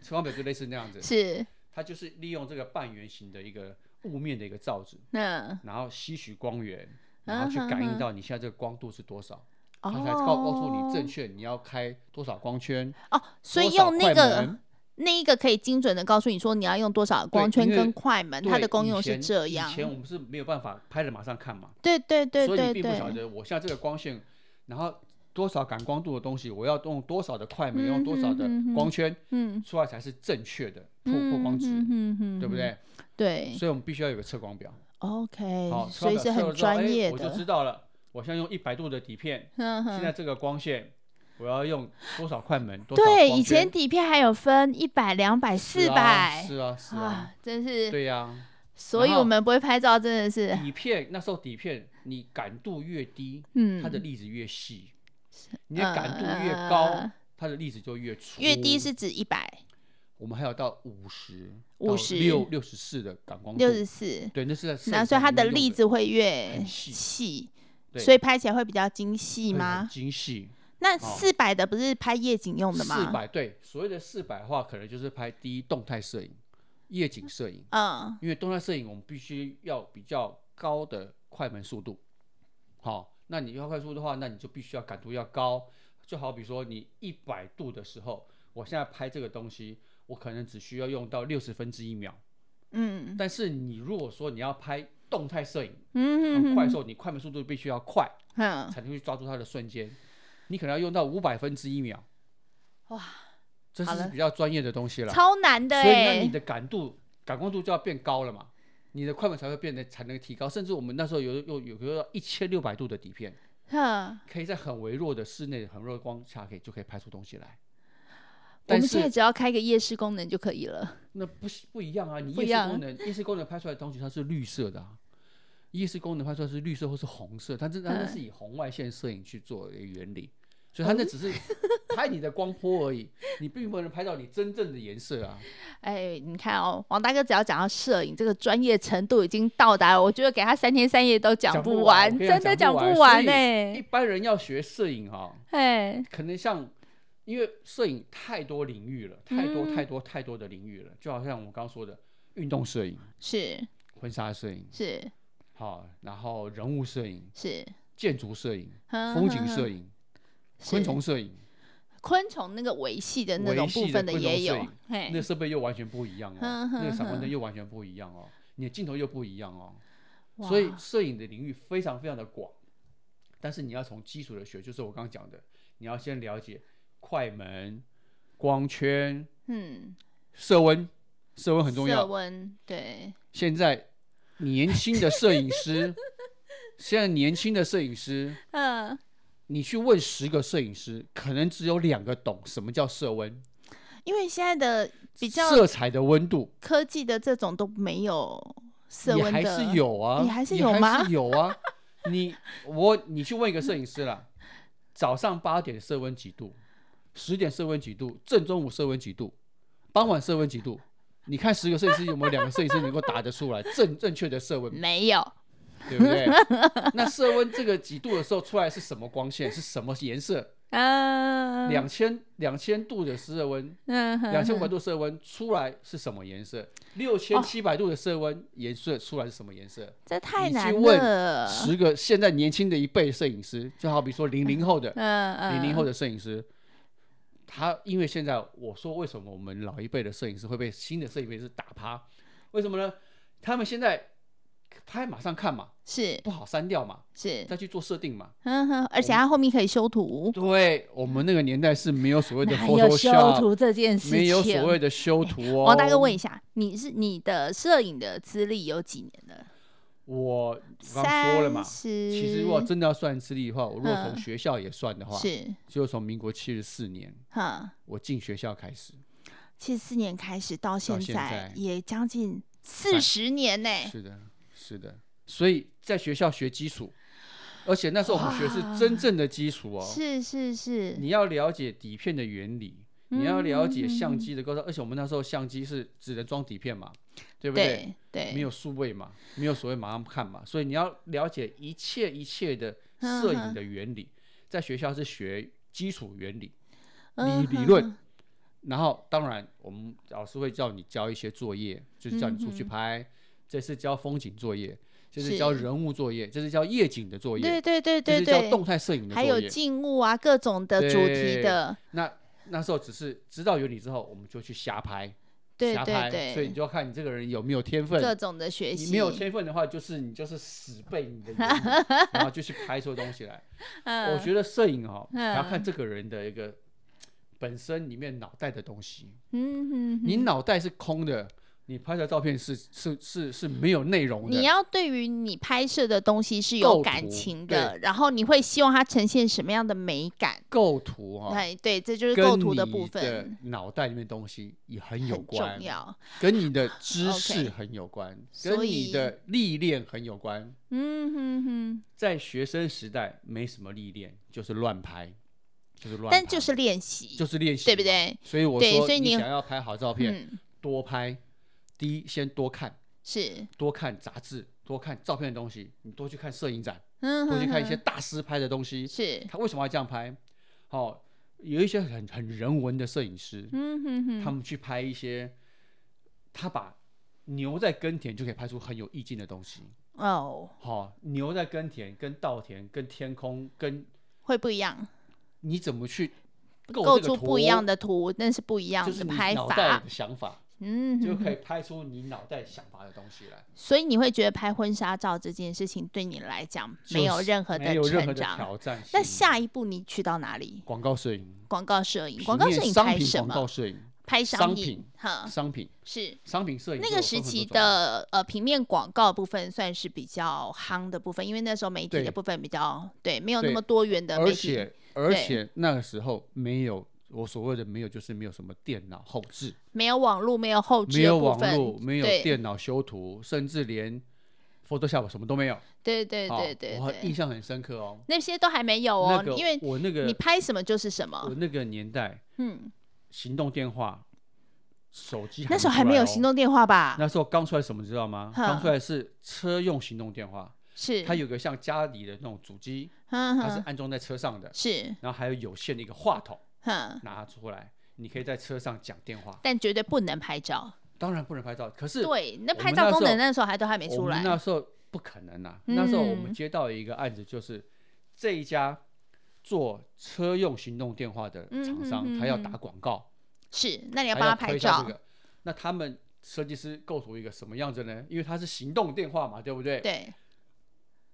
Speaker 2: 测光表就类似那样子，
Speaker 1: 是，
Speaker 2: 它就是利用这个半圆形的一个雾面的一个罩子，
Speaker 1: 嗯，
Speaker 2: 然后吸取光源，然后去
Speaker 1: 嗯哼
Speaker 2: 感
Speaker 1: 哼
Speaker 2: 应到你现在这个光度是多少。
Speaker 1: 哦，
Speaker 2: 他才告告诉你正确你要开多少光圈，
Speaker 1: 哦，所以
Speaker 2: 多少
Speaker 1: 用那
Speaker 2: 快
Speaker 1: 个
Speaker 2: 门
Speaker 1: 那一个可以精准的告诉你说你要用多少光
Speaker 2: 对
Speaker 1: 圈
Speaker 2: 因为
Speaker 1: 跟快门，呃它
Speaker 2: 对
Speaker 1: 的功
Speaker 2: 以
Speaker 1: 用是
Speaker 2: 前
Speaker 1: 这
Speaker 2: 以
Speaker 1: 样。
Speaker 2: 前我们是没有办法拍了马上看嘛，
Speaker 1: 对对对
Speaker 2: 所以
Speaker 1: 对
Speaker 2: 你并不晓
Speaker 1: 对，
Speaker 2: 得我现在这个光线，然后多少感光度的东西，我要用多少的快门，用多少的
Speaker 1: 嗯哼嗯哼
Speaker 2: 光圈
Speaker 1: 嗯，
Speaker 2: 出来才是正确的曝曝光值，
Speaker 1: 嗯
Speaker 2: 对不？对？
Speaker 1: 对
Speaker 2: 所以我们必须要有个测光表，好，
Speaker 1: ，OK，
Speaker 2: 测
Speaker 1: 所以
Speaker 2: 光表
Speaker 1: 是很
Speaker 2: 测了之后哎
Speaker 1: 专业
Speaker 2: 我就知
Speaker 1: 的。
Speaker 2: 道了。我现在用一百度的底片，
Speaker 1: 嗯
Speaker 2: 现在
Speaker 1: 哼，
Speaker 2: 这个光线，我要用多少快门，多少光
Speaker 1: 对，
Speaker 2: 圈？
Speaker 1: 以前底片还有分一百、两百、四
Speaker 2: 是啊
Speaker 1: 百，
Speaker 2: 是啊是啊，
Speaker 1: 啊，真是，
Speaker 2: 对呀、
Speaker 1: 所以
Speaker 2: 然后
Speaker 1: 我们不会拍照，真的是，
Speaker 2: 底片那时候底片，你感度越低，
Speaker 1: 嗯，
Speaker 2: 它的粒子越细；你的感度越高
Speaker 1: 呃，
Speaker 2: 它的粒子就越粗。
Speaker 1: 越低是指一百
Speaker 2: 我们还有到五十、
Speaker 1: 50
Speaker 2: 六六十四的感光度，
Speaker 1: 六十四，
Speaker 2: 对，那是在摄
Speaker 1: 那
Speaker 2: 影
Speaker 1: 所以它
Speaker 2: 棚
Speaker 1: 的
Speaker 2: 里面
Speaker 1: 粒
Speaker 2: 用
Speaker 1: 子会越
Speaker 2: 很细
Speaker 1: 细，
Speaker 2: 对
Speaker 1: 所以拍起来会比较精细
Speaker 2: 会
Speaker 1: 吗
Speaker 2: 很？精细，
Speaker 1: 那
Speaker 2: 哦
Speaker 1: 四百的不是拍夜景用的吗？
Speaker 2: 四，百对，所谓的四百的话，可能就是拍第一动态摄影、夜景摄影，
Speaker 1: 嗯，
Speaker 2: 因为动态摄影我们必须要比较高的快门速度。好，那你要快速的话，那你就必须要感度要高。就好比说你一百度的时候，我现在拍这个东西，我可能只需要用到六十分之一秒。
Speaker 1: 嗯
Speaker 2: 但是你如果说你要拍动态摄影，
Speaker 1: 嗯
Speaker 2: 很
Speaker 1: 哼嗯
Speaker 2: 快的时候，你快门速度必须要快，
Speaker 1: 哼，
Speaker 2: 才能去抓住它的瞬间。你可能要用到五百分之一秒，
Speaker 1: 哇，
Speaker 2: 这
Speaker 1: 好了
Speaker 2: 是比较专业的东西
Speaker 1: 嗯
Speaker 2: 了。
Speaker 1: 超难的
Speaker 2: 啊所以那
Speaker 1: 哎，
Speaker 2: 你的感度、感光度就要变高了嘛，你的快门才会变得才能提高。甚至我们那时候有有有个一千六百度的底片，
Speaker 1: 哼，
Speaker 2: 可以在很微弱的室内、很弱的光下，可以就可以拍出东西来。
Speaker 1: 我
Speaker 2: 但
Speaker 1: 们现在
Speaker 2: 是
Speaker 1: 只要开个夜视功能就可以了。
Speaker 2: 那不是不一样啊！你
Speaker 1: 不
Speaker 2: 夜
Speaker 1: 一
Speaker 2: 视
Speaker 1: 样
Speaker 2: 功能，夜视功能拍出来的东西它是绿色的、啊，夜视功能拍出来是绿色或是红色，它这它那
Speaker 1: 嗯
Speaker 2: 是以红外线摄影去做的一个原理，所以它那只
Speaker 1: 哦
Speaker 2: 是 拍你的光波而已，你并不能拍到你真正的颜色 啊。
Speaker 1: 哎，你看哦，王大哥只要讲到摄影这个专业程度已经到达了，我觉得给他三天三夜都讲
Speaker 2: 讲
Speaker 1: 不
Speaker 2: 不
Speaker 1: 完，
Speaker 2: 完我跟你
Speaker 1: 真
Speaker 2: 讲
Speaker 1: 的
Speaker 2: 讲不
Speaker 1: 不
Speaker 2: 完
Speaker 1: 完
Speaker 2: 所以
Speaker 1: 哎
Speaker 2: 一，般人要学摄影哈、
Speaker 1: 哎，
Speaker 2: 可能像，因为摄影太多领域了，太多
Speaker 1: 嗯
Speaker 2: 太多太多的领域了，就好像我们刚刚说的运动摄影、
Speaker 1: 是
Speaker 2: 婚纱摄影，
Speaker 1: 是
Speaker 2: 好，然后人物摄影、
Speaker 1: 是，
Speaker 2: 建筑摄影、
Speaker 1: 嗯哼
Speaker 2: 风景摄
Speaker 1: 哼
Speaker 2: 影、
Speaker 1: 是
Speaker 2: 昆虫摄影，
Speaker 1: 昆虫那个维系的那
Speaker 2: 维
Speaker 1: 种
Speaker 2: 系
Speaker 1: 部
Speaker 2: 的
Speaker 1: 分的
Speaker 2: 昆虫
Speaker 1: 也
Speaker 2: 摄
Speaker 1: 有
Speaker 2: 影，
Speaker 1: 嘿
Speaker 2: 那个设备又完全不一样哦，
Speaker 1: 哎哼哼
Speaker 2: 那个闪光
Speaker 1: 哼
Speaker 2: 灯又完全不一样哦，你的镜头又不一样哦，所以
Speaker 1: 哇
Speaker 2: 摄影的领域非常非常的广，但是你要从基础的学，就是我刚刚讲的，你要先了解快门、光圈、
Speaker 1: 嗯，
Speaker 2: 色温，色温很重
Speaker 1: 色
Speaker 2: 要。
Speaker 1: 温对，
Speaker 2: 现在年轻的摄影 师，现在年轻的摄影师，
Speaker 1: 嗯。
Speaker 2: 你去问十个摄影师，可能只有两个懂什么叫色温，
Speaker 1: 因为现在的比较
Speaker 2: 色彩的温度，
Speaker 1: 科技的这种都没有色
Speaker 2: 也
Speaker 1: 温
Speaker 2: 还
Speaker 1: 的，
Speaker 2: 是有啊，
Speaker 1: 你还是有吗
Speaker 2: 还是有 啊，你我你去问一个摄影师啦，早上八点色温几度，十点色温几度，正中午色温几度，傍晚色温几度。你看十个摄影师有没有两个摄影师能够答得出来正正确的色温
Speaker 1: 没有？
Speaker 2: 对不对？那色温这个几度的时候出来是什么光线，是什么颜色？
Speaker 1: 嗯，
Speaker 2: 两千两千度的色温，
Speaker 1: 啊嗯哼
Speaker 2: 两千五
Speaker 1: 哼
Speaker 2: 百度色温出来是什么颜色？六千七
Speaker 1: 哦
Speaker 2: 百度的色温颜色出来是什么颜色？
Speaker 1: 这太
Speaker 2: 你去
Speaker 1: 难
Speaker 2: 问
Speaker 1: 了。
Speaker 2: 十个现在年轻的一辈摄影师，就好比说零零后的
Speaker 1: 嗯嗯，
Speaker 2: 零零后的摄影师，他因为现在我说为什么我们老一辈的摄影师会被新的摄影师打趴？为什么呢？他们现在拍马上看嘛，
Speaker 1: 是
Speaker 2: 不好删掉嘛，
Speaker 1: 是，
Speaker 2: 再去做设定嘛。
Speaker 1: 嗯哼，而且它后面可以修图，
Speaker 2: 对我们那个年代是没有所谓的
Speaker 1: 哪有修
Speaker 2: Photoshop，
Speaker 1: 图这件事情？
Speaker 2: 没有所谓的修图哦。
Speaker 1: 王大哥问一下，你是你的摄影的资历有几年了？
Speaker 2: 我我刚
Speaker 1: 三
Speaker 2: 说了嘛，
Speaker 1: 十，
Speaker 2: 其实如果真的要算资历的话，我如果从
Speaker 1: 嗯
Speaker 2: 学校也算的话，
Speaker 1: 是
Speaker 2: 就从民国七十四年
Speaker 1: 哈，
Speaker 2: 我进学校开始，
Speaker 1: 七四年开始到现
Speaker 2: 现
Speaker 1: 在
Speaker 2: 在
Speaker 1: 也将近四十年呢、
Speaker 2: 是的，是的，所以在学校学基础，而且那时候我们学是真正的基础哦，
Speaker 1: 是是是，
Speaker 2: 你要了解底片的原理，
Speaker 1: 嗯
Speaker 2: 你要了解相机的构造，而且我们那时候相机是只能装底片嘛，对不
Speaker 1: 对
Speaker 2: 没
Speaker 1: 对，
Speaker 2: 有数位嘛，没有所谓马上看嘛，所以你要了解一切一切的
Speaker 1: 嗯
Speaker 2: 摄影
Speaker 1: 哼
Speaker 2: 的原理，在学校是学基础原理、
Speaker 1: 嗯
Speaker 2: 理理论，然后当然我们老师会叫你交一些作业，就是叫你出去拍，这是教风景作业，这
Speaker 1: 嗯
Speaker 2: 是
Speaker 1: 是
Speaker 2: 教人物作业，这是教夜景的作业，
Speaker 1: 对对对
Speaker 2: 这
Speaker 1: 对
Speaker 2: 是教
Speaker 1: 对，
Speaker 2: 动态摄影的
Speaker 1: 还
Speaker 2: 作
Speaker 1: 有
Speaker 2: 业。
Speaker 1: 静物啊，各种的主题
Speaker 2: 对
Speaker 1: 的，
Speaker 2: 那那时候只是知道原理之后，我们就去瞎拍，
Speaker 1: 对
Speaker 2: 瞎
Speaker 1: 对
Speaker 2: 拍，所以你
Speaker 1: 对，
Speaker 2: 就要看你这个人有没有天分，
Speaker 1: 各种的学习。
Speaker 2: 你没有天分的话，就是你就是死背你的原理，然后就去拍出东西来。
Speaker 1: 嗯，
Speaker 2: 我觉得摄影哦，
Speaker 1: 嗯
Speaker 2: 还要看这个人的一个本身里面脑袋的东西。
Speaker 1: 嗯哼
Speaker 2: 你
Speaker 1: 哼
Speaker 2: 脑袋是空的，你拍出来照片是是是是没有内容
Speaker 1: 嗯你
Speaker 2: 的。
Speaker 1: 要对于你拍摄的东西是有
Speaker 2: 构
Speaker 1: 感
Speaker 2: 图
Speaker 1: 情的，然后你会希望它呈现什么样的美感？
Speaker 2: 构图哈、哦，
Speaker 1: 哎，对，这就是构
Speaker 2: 跟
Speaker 1: 图
Speaker 2: 你
Speaker 1: 的部分，
Speaker 2: 脑袋里面的东西也很有
Speaker 1: 很
Speaker 2: 关
Speaker 1: 重，要。
Speaker 2: 跟你的知
Speaker 1: OK
Speaker 2: 识很有关，
Speaker 1: 所
Speaker 2: 跟
Speaker 1: 以
Speaker 2: 你的历练很有关。
Speaker 1: 嗯哼哼，
Speaker 2: 在学生时代没什么历练，就是乱拍，就是乱拍，
Speaker 1: 但就是练习，
Speaker 2: 就是练习，
Speaker 1: 对不？对？
Speaker 2: 所以我
Speaker 1: 对
Speaker 2: 说，
Speaker 1: 所以你
Speaker 2: 想要拍好照片，
Speaker 1: 嗯，
Speaker 2: 多拍。第一，先多看，
Speaker 1: 是，
Speaker 2: 多看杂志，多看照片的东西，你多去看摄影展，
Speaker 1: 嗯
Speaker 2: 多去
Speaker 1: 哼
Speaker 2: 看一些
Speaker 1: 哼，
Speaker 2: 大师拍的东西。
Speaker 1: 是，
Speaker 2: 他为什么要这样拍？哦，有一些很很人文的摄影师，
Speaker 1: 嗯哼哼，
Speaker 2: 他们去拍一些，他把牛在耕田就可以拍出很有意境的东西。
Speaker 1: 哦，
Speaker 2: 好、牛在耕田、跟稻田、跟天空、跟
Speaker 1: 会不一样，
Speaker 2: 你怎么去
Speaker 1: 构
Speaker 2: 这个
Speaker 1: 出
Speaker 2: 图
Speaker 1: 不一样的图，那是不一样
Speaker 2: 就是
Speaker 1: 的
Speaker 2: 你
Speaker 1: 拍
Speaker 2: 脑袋
Speaker 1: 法。
Speaker 2: 的想法，
Speaker 1: 嗯
Speaker 2: 就
Speaker 1: 哼
Speaker 2: 可以
Speaker 1: 哼，
Speaker 2: 拍出你脑袋想法的东 西来，
Speaker 1: 所以你会觉得拍婚纱照这件事情对你来讲没有
Speaker 2: 就是
Speaker 1: 任何
Speaker 2: 没
Speaker 1: 的
Speaker 2: 有任
Speaker 1: 成
Speaker 2: 何的
Speaker 1: 长。
Speaker 2: 挑战性。
Speaker 1: 那下一步你去到哪里？
Speaker 2: 广告摄影，
Speaker 1: 广告摄影，
Speaker 2: 平
Speaker 1: 广告
Speaker 2: 面
Speaker 1: 摄影
Speaker 2: 商
Speaker 1: 拍
Speaker 2: 品
Speaker 1: 什
Speaker 2: 广告
Speaker 1: 么？
Speaker 2: 摄影，
Speaker 1: 拍
Speaker 2: 商
Speaker 1: 品
Speaker 2: 品，
Speaker 1: 哈，
Speaker 2: 商品
Speaker 1: 是
Speaker 2: 商品摄影
Speaker 1: 那
Speaker 2: 就
Speaker 1: 个
Speaker 2: 有
Speaker 1: 时
Speaker 2: 分很
Speaker 1: 期
Speaker 2: 多种啊
Speaker 1: 的呃平面广告部分算是比较夯的部分，因为那时候媒体的
Speaker 2: 对
Speaker 1: 部分比较对，没有那
Speaker 2: 对
Speaker 1: 么多元的媒
Speaker 2: 而
Speaker 1: 体，
Speaker 2: 且而
Speaker 1: 对
Speaker 2: 且那个时候没有我所谓的没有，就是没有什么电脑后置，
Speaker 1: 没有网络，没有后置
Speaker 2: 没
Speaker 1: 的
Speaker 2: 有
Speaker 1: 部
Speaker 2: 网
Speaker 1: 分，
Speaker 2: 络，没有
Speaker 1: 对
Speaker 2: 电脑修图，甚至连 Photoshop 什么都没有。
Speaker 1: 对对
Speaker 2: 哦
Speaker 1: 对对
Speaker 2: 我印
Speaker 1: 对，
Speaker 2: 象很深刻哦。
Speaker 1: 那些都还没有哦
Speaker 2: 那，个
Speaker 1: 因为
Speaker 2: 我那
Speaker 1: 你
Speaker 2: 个
Speaker 1: 拍什么就是什
Speaker 2: 我
Speaker 1: 么，
Speaker 2: 那个年代，
Speaker 1: 嗯，
Speaker 2: 行动电话、手机
Speaker 1: 那时候还
Speaker 2: 没
Speaker 1: 没有
Speaker 2: 出来哦
Speaker 1: 行，动电话吧？
Speaker 2: 那时候刚出来什么知道吗？
Speaker 1: 哼
Speaker 2: 刚出来是车用行动电话，
Speaker 1: 是，
Speaker 2: 它有个像家里的那种主机，
Speaker 1: 哼
Speaker 2: 它是
Speaker 1: 哼，
Speaker 2: 安装在车上的，
Speaker 1: 是，
Speaker 2: 然后还有有线的一个话筒，
Speaker 1: 哼，
Speaker 2: 拿出来，你可以在车上讲电话。
Speaker 1: 但绝对不能拍照，
Speaker 2: 当然不能拍照，可是
Speaker 1: 对，那
Speaker 2: 我
Speaker 1: 拍
Speaker 2: 们
Speaker 1: 照
Speaker 2: 那
Speaker 1: 功
Speaker 2: 时候
Speaker 1: 能那时候还都还没
Speaker 2: 我
Speaker 1: 出
Speaker 2: 们
Speaker 1: 来，
Speaker 2: 那时候不可能啊。那时候我
Speaker 1: 嗯
Speaker 2: 们接到一个案子，就是这一家做车用行动电话的厂商，
Speaker 1: 嗯哼哼
Speaker 2: 他要
Speaker 1: 哼
Speaker 2: 打广告。
Speaker 1: 是，那你要
Speaker 2: 还
Speaker 1: 帮他
Speaker 2: 要
Speaker 1: 拍
Speaker 2: 推
Speaker 1: 照
Speaker 2: 销这，个。那他们设计师构图一个什么样子呢？因为它是行动电话嘛，对不对？
Speaker 1: 对，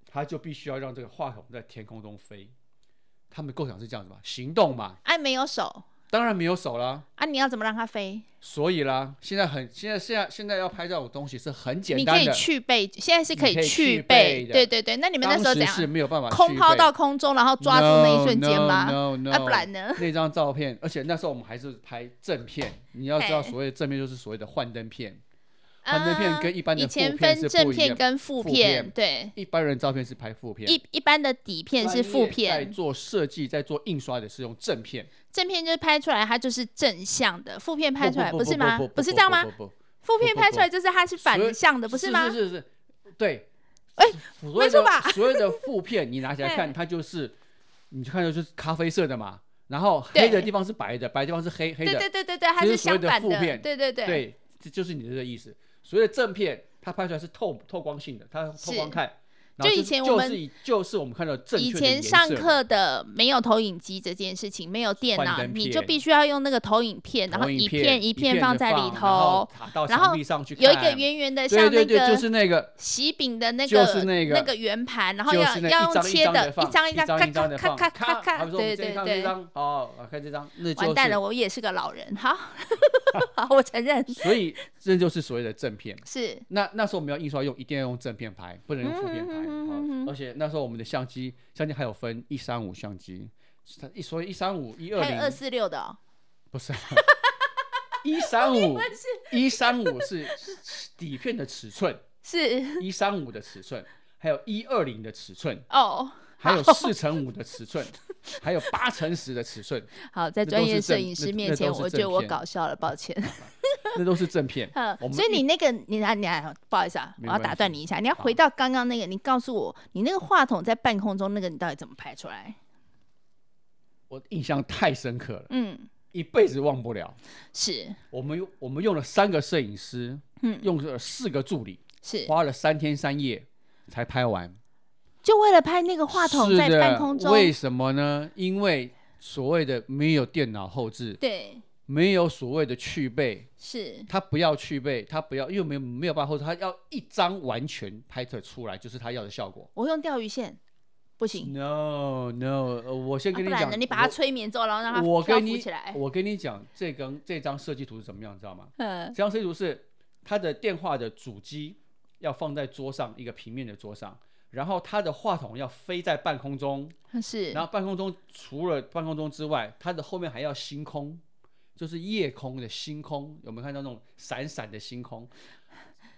Speaker 2: 他就必须要让这个话筒在天空中飞。他们构想是这样子嘛，行动嘛，
Speaker 1: 哎，没有手
Speaker 2: 当然没有手啦。
Speaker 1: 啊，你要怎么让它飞？
Speaker 2: 所以啦，现在很现在现在现在要拍这种东西是很简
Speaker 1: 你可
Speaker 2: 单
Speaker 1: 以
Speaker 2: 的，
Speaker 1: 去背，现在是可
Speaker 2: 你可以
Speaker 1: 去
Speaker 2: 去背的
Speaker 1: 对对对。那你们那时候
Speaker 2: 当
Speaker 1: 怎
Speaker 2: 时是
Speaker 1: 样？
Speaker 2: 没有办法
Speaker 1: 空
Speaker 2: 去
Speaker 1: 抛
Speaker 2: 背
Speaker 1: 到空中，然后抓住那一瞬间
Speaker 2: No,
Speaker 1: 吗？
Speaker 2: No no，,
Speaker 1: 啊，不然呢？
Speaker 2: 那张照片，而且那时候我们还是拍正片，你要知道
Speaker 1: 嘿
Speaker 2: 所谓的正片就是所谓的幻灯片，幻灯片
Speaker 1: 啊，
Speaker 2: 跟一般的
Speaker 1: 以
Speaker 2: 负片
Speaker 1: 前
Speaker 2: 是
Speaker 1: 分正
Speaker 2: 不一
Speaker 1: 片
Speaker 2: 样。
Speaker 1: 跟负
Speaker 2: 负
Speaker 1: 片，
Speaker 2: 片
Speaker 1: 对，
Speaker 2: 一般人照片是拍负片，
Speaker 1: 一一般的底片是负
Speaker 2: 专业在
Speaker 1: 片，
Speaker 2: 做设计、在做印刷的是用正片，
Speaker 1: 正片就是拍出来它就是正向的，负片拍出来
Speaker 2: 不
Speaker 1: 是吗？不是这样？吗
Speaker 2: 不？不不
Speaker 1: 负片
Speaker 2: 不
Speaker 1: 拍
Speaker 2: 不
Speaker 1: 出来就是它是
Speaker 2: 所
Speaker 1: 反
Speaker 2: 以
Speaker 1: 向的，
Speaker 2: 不
Speaker 1: 不吗？
Speaker 2: 是是是，对。
Speaker 1: 哎
Speaker 2: 所谓
Speaker 1: 没错
Speaker 2: 的
Speaker 1: 吧哎
Speaker 2: 所谓的负片，你拿起来看，它就是你就看到就是咖啡色的嘛，然后黑的
Speaker 1: 对
Speaker 2: 地方是白的，白的地方是黑黑
Speaker 1: 对
Speaker 2: 的，
Speaker 1: 对对对对，它
Speaker 2: 就是是所谓
Speaker 1: 相
Speaker 2: 的
Speaker 1: 反
Speaker 2: 负片
Speaker 1: 对对对，
Speaker 2: 对，这就是你的这个意思。所谓的正片，它拍出来是透透光性的，它透光
Speaker 1: 是
Speaker 2: 看。然后
Speaker 1: 就以
Speaker 2: 是
Speaker 1: 前我
Speaker 2: 就
Speaker 1: 们
Speaker 2: 是以就是我们看到正
Speaker 1: 以
Speaker 2: 确的
Speaker 1: 前
Speaker 2: 颜
Speaker 1: 上
Speaker 2: 色
Speaker 1: 课的没有投影机这件事情，没有电
Speaker 2: 幻
Speaker 1: 脑，
Speaker 2: 灯
Speaker 1: 你就
Speaker 2: 片
Speaker 1: 必须要用那个投影片，然后
Speaker 2: 投影
Speaker 1: 一
Speaker 2: 片
Speaker 1: 一
Speaker 2: 片
Speaker 1: 片
Speaker 2: 的
Speaker 1: 放在里
Speaker 2: 放然
Speaker 1: 头
Speaker 2: 后，卡到
Speaker 1: 然
Speaker 2: 墙
Speaker 1: 后
Speaker 2: 壁上去看，
Speaker 1: 有一个圆圆的，像
Speaker 2: 对
Speaker 1: 那
Speaker 2: 对对，就
Speaker 1: 个
Speaker 2: 是那个，
Speaker 1: 喜饼的那
Speaker 2: 就
Speaker 1: 个
Speaker 2: 是那个
Speaker 1: 个圆盘，然后
Speaker 2: 就
Speaker 1: 要
Speaker 2: 是那
Speaker 1: 要
Speaker 2: 一
Speaker 1: 用
Speaker 2: 张
Speaker 1: 切
Speaker 2: 的
Speaker 1: 的，
Speaker 2: 放，
Speaker 1: 张一
Speaker 2: 张
Speaker 1: 张
Speaker 2: 一
Speaker 1: 咔
Speaker 2: 张的
Speaker 1: 咔
Speaker 2: 放，
Speaker 1: 咔咔
Speaker 2: 咔，好
Speaker 1: 咔，
Speaker 2: 比说
Speaker 1: 对
Speaker 2: 我们这
Speaker 1: 对
Speaker 2: 一张这
Speaker 1: 对。
Speaker 2: 张，哦，啊看这张，那就
Speaker 1: 完蛋了，
Speaker 2: 是，
Speaker 1: 我也是个老人。 好， 好，我承认
Speaker 2: 所以这就是所谓的正片。
Speaker 1: 是
Speaker 2: 那那时候我们要印刷用，一定要用正片拍，不能用负片拍。
Speaker 1: 嗯嗯嗯
Speaker 2: 好
Speaker 1: 嗯嗯
Speaker 2: 而且那时候我们的相机，相机还有分一三五相机，是它一所以一三五一二
Speaker 1: 还有二
Speaker 2: 零
Speaker 1: 四六的哦，
Speaker 2: 不是一三 五一三五是底片的尺寸，
Speaker 1: 是
Speaker 2: 一三五的尺寸，还有一二零的尺寸，
Speaker 1: 哦。
Speaker 2: 还有四乘五的尺寸，还有八乘十的尺寸，
Speaker 1: 好，在
Speaker 2: 那
Speaker 1: 专
Speaker 2: 都
Speaker 1: 业
Speaker 2: 是
Speaker 1: 摄
Speaker 2: 正
Speaker 1: 影
Speaker 2: 那
Speaker 1: 师
Speaker 2: 那
Speaker 1: 面
Speaker 2: 都
Speaker 1: 前，
Speaker 2: 是
Speaker 1: 我觉
Speaker 2: 正
Speaker 1: 得我
Speaker 2: 片
Speaker 1: 搞笑了，抱 歉。
Speaker 2: 那都是正片。
Speaker 1: 嗯
Speaker 2: 我，们
Speaker 1: 所以
Speaker 2: 一
Speaker 1: 你那个，你来，你来，不好意思啊，我
Speaker 2: 没
Speaker 1: 要打
Speaker 2: 关
Speaker 1: 断
Speaker 2: 系
Speaker 1: 你一下，你要回
Speaker 2: 好
Speaker 1: 到刚刚那个，你告诉我，你那个话筒在半空中那个，你到底怎么拍出来？
Speaker 2: 我印象太深刻了，
Speaker 1: 嗯，
Speaker 2: 一辈子忘不了。
Speaker 1: 是，
Speaker 2: 我们用我们用了三个摄影师，
Speaker 1: 嗯
Speaker 2: 用了四个助理，
Speaker 1: 是，
Speaker 2: 花了三天三夜才拍完。
Speaker 1: 就为了拍那个话筒
Speaker 2: 是
Speaker 1: 在
Speaker 2: 的
Speaker 1: 半空中，
Speaker 2: 为什么呢？因为所谓的没有电脑后置，
Speaker 1: 对，
Speaker 2: 没有所谓的去背，
Speaker 1: 是，
Speaker 2: 他不要去背，他不要，因为没有没有办法后置，他要一张完全拍摄出来，就是他要的效果。
Speaker 1: 我用钓鱼线不行，
Speaker 2: No no，呃我
Speaker 1: 嗯
Speaker 2: 先
Speaker 1: 啊
Speaker 2: 跟
Speaker 1: 不
Speaker 2: 你
Speaker 1: 然
Speaker 2: 讲，
Speaker 1: 呢，你把它催眠之后，然后让它
Speaker 2: 我我
Speaker 1: 漂
Speaker 2: 跟
Speaker 1: 浮
Speaker 2: 你
Speaker 1: 起来，
Speaker 2: 我跟你讲，这张这张设计图是怎么样，你知道吗？
Speaker 1: 嗯
Speaker 2: 这张设计图是它的电话的主机要放在桌上一个平面的桌上，然后它的话筒要飞在半空中，
Speaker 1: 嗯是
Speaker 2: 然，后半空中除了半空中之外，它的后面还要星空，就是夜空的星空，有没有看到那种闪闪的星空？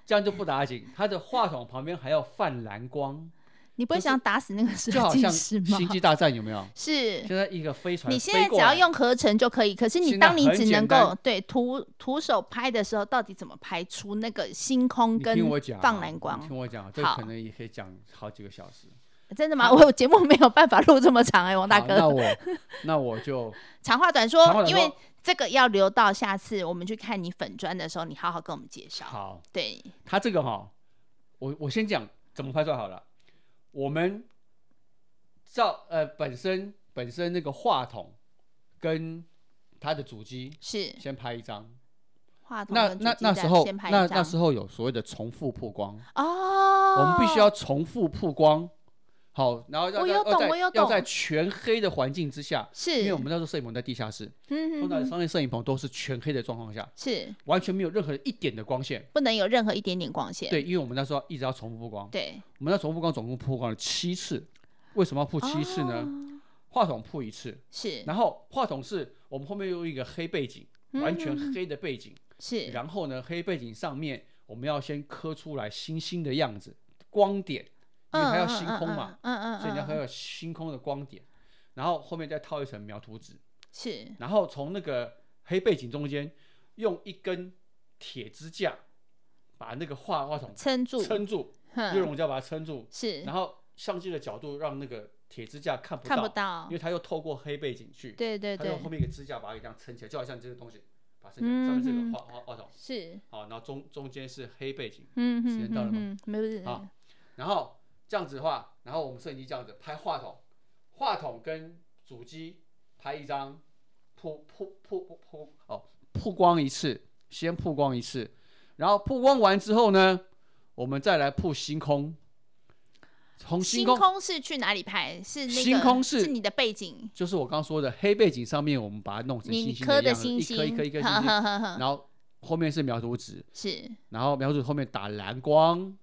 Speaker 2: 这样就不打紧，它的话筒旁边还要泛蓝光，
Speaker 1: 你不会
Speaker 2: 就是
Speaker 1: 想打死那个设
Speaker 2: 就好
Speaker 1: 计
Speaker 2: 像《
Speaker 1: 师吗？
Speaker 2: 星际大战》有没有？
Speaker 1: 是。
Speaker 2: 现在一个飞船，
Speaker 1: 你现在只要。用合成就可以，可是你
Speaker 2: 现在
Speaker 1: 当你
Speaker 2: 啊很
Speaker 1: 只
Speaker 2: 简
Speaker 1: 能
Speaker 2: 单
Speaker 1: 够对徒徒手拍的时候，到底怎么拍出那个星空
Speaker 2: 你
Speaker 1: 跟
Speaker 2: 听我讲啊，
Speaker 1: 放蓝光？
Speaker 2: 你听我讲啊，这
Speaker 1: 好
Speaker 2: 可能也可以讲好几个小时。
Speaker 1: 真的吗？我有节目没有办法录这么长哎、王大
Speaker 2: 好那
Speaker 1: 哥。
Speaker 2: 我那我就
Speaker 1: 长话短
Speaker 2: 长话
Speaker 1: 说，
Speaker 2: 短
Speaker 1: 因
Speaker 2: 说
Speaker 1: 为这个要留到下次我们去看你粉砖的时候，你好好跟我们介绍。
Speaker 2: 好，
Speaker 1: 对，
Speaker 2: 他这个哈、我我先讲怎么拍出来好了。我们照呃本身本身那个话筒跟它的主机
Speaker 1: 是
Speaker 2: 先拍一张，
Speaker 1: 话筒
Speaker 2: 那
Speaker 1: 跟主
Speaker 2: 那
Speaker 1: 机
Speaker 2: 那
Speaker 1: 这
Speaker 2: 时
Speaker 1: 样
Speaker 2: 候
Speaker 1: 先拍一
Speaker 2: 那
Speaker 1: 张
Speaker 2: 那时候有所谓的重复曝光，
Speaker 1: 哦，
Speaker 2: 我们必须要重复曝光。好，然后要
Speaker 1: 我
Speaker 2: 要
Speaker 1: 有
Speaker 2: 要
Speaker 1: 懂
Speaker 2: 在
Speaker 1: 我有
Speaker 2: 要
Speaker 1: 懂
Speaker 2: 在全黑的环境之下，
Speaker 1: 是，
Speaker 2: 因为我们那时候摄影棚在地下室，
Speaker 1: 嗯哼
Speaker 2: 通常
Speaker 1: 哼
Speaker 2: 商业摄影棚都是全黑的状况下，
Speaker 1: 是
Speaker 2: 完全没有任何一点的光线。
Speaker 1: 不能有任何一点点光线。
Speaker 2: 对，因为我们那时候一直要重复曝光，
Speaker 1: 对，
Speaker 2: 我们那重复曝光总共曝光了七次。为什么要曝七次呢？
Speaker 1: 哦
Speaker 2: 话筒曝一次，
Speaker 1: 是
Speaker 2: 然后话筒是我们后面用一个黑背景，完全
Speaker 1: 嗯哼哼
Speaker 2: 黑的背景，
Speaker 1: 是
Speaker 2: 然后呢，黑背景上面我们要先刻出来星星的样子，光点，因为它要星空嘛，，
Speaker 1: 嗯嗯嗯嗯嗯嗯，
Speaker 2: 所以你要还
Speaker 1: 嗯嗯
Speaker 2: 有星空的光点，然后后面再套一层描图纸，
Speaker 1: 是
Speaker 2: 然后从那个黑背景中间用一根铁支架把那个话话筒
Speaker 1: 撑住，
Speaker 2: 撑住，
Speaker 1: 哼
Speaker 2: 热熔胶把它撑住，
Speaker 1: 是
Speaker 2: 然后相机的角度让那个铁支架看不
Speaker 1: 看
Speaker 2: 到，
Speaker 1: 不到
Speaker 2: 因，为它又透过黑背景去，
Speaker 1: 对对
Speaker 2: 它用
Speaker 1: 对
Speaker 2: 后，面一个支架把它给这样撑起来，就好像这个东西，把这个上面这
Speaker 1: 嗯哼
Speaker 2: 个话话话筒，
Speaker 1: 是，
Speaker 2: 好，然后中中间是黑背景，
Speaker 1: 嗯
Speaker 2: 时
Speaker 1: 哼
Speaker 2: 间到了
Speaker 1: 哼
Speaker 2: 吗
Speaker 1: 哼，没有，嗯
Speaker 2: 好然后这样子的话，然后我们摄影机这样子拍话筒，话筒跟主机拍一张，曝曝曝曝曝哦，曝光一次，先曝光一次，然后曝光完之后呢，我们再来曝星空，从
Speaker 1: 星
Speaker 2: 星空
Speaker 1: 是去哪里拍？是那个
Speaker 2: 星空
Speaker 1: 是
Speaker 2: 是
Speaker 1: 你的背景，
Speaker 2: 就是我刚说的黑背景上面，我们把它弄成
Speaker 1: 你
Speaker 2: 星
Speaker 1: 你
Speaker 2: 星
Speaker 1: 刻
Speaker 2: 样子，
Speaker 1: 星
Speaker 2: 一颗一颗一颗星 星，
Speaker 1: 呵呵呵
Speaker 2: 然后后面是描图纸，
Speaker 1: 是
Speaker 2: 然后描图纸后面打蓝光，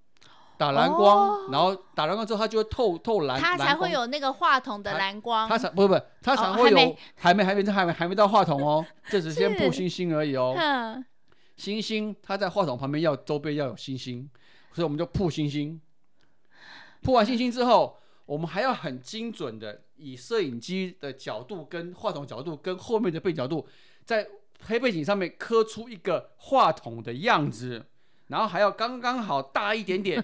Speaker 2: 打蓝光，然后打蓝光之后它就会透透蓝，
Speaker 1: 哦它才
Speaker 2: 蓝
Speaker 1: 会
Speaker 2: 光，
Speaker 1: 有那个话筒的
Speaker 2: 它
Speaker 1: 蓝光，
Speaker 2: 它才不不，它
Speaker 1: 哦
Speaker 2: 才
Speaker 1: 还
Speaker 2: 会
Speaker 1: 没
Speaker 2: 有还没还没这还没还没到话筒哦，这只是先
Speaker 1: 是
Speaker 2: 布星星而已哦，
Speaker 1: 哼
Speaker 2: 星星它在话筒旁边要周边要有星星，所以我们就铺星星。铺完星星之后，我们还要很精准的以摄影机的角度、跟话筒角度、跟后面的背景角度，在黑背景上面刻出一个话筒的样子，然后还要刚刚好大一点点，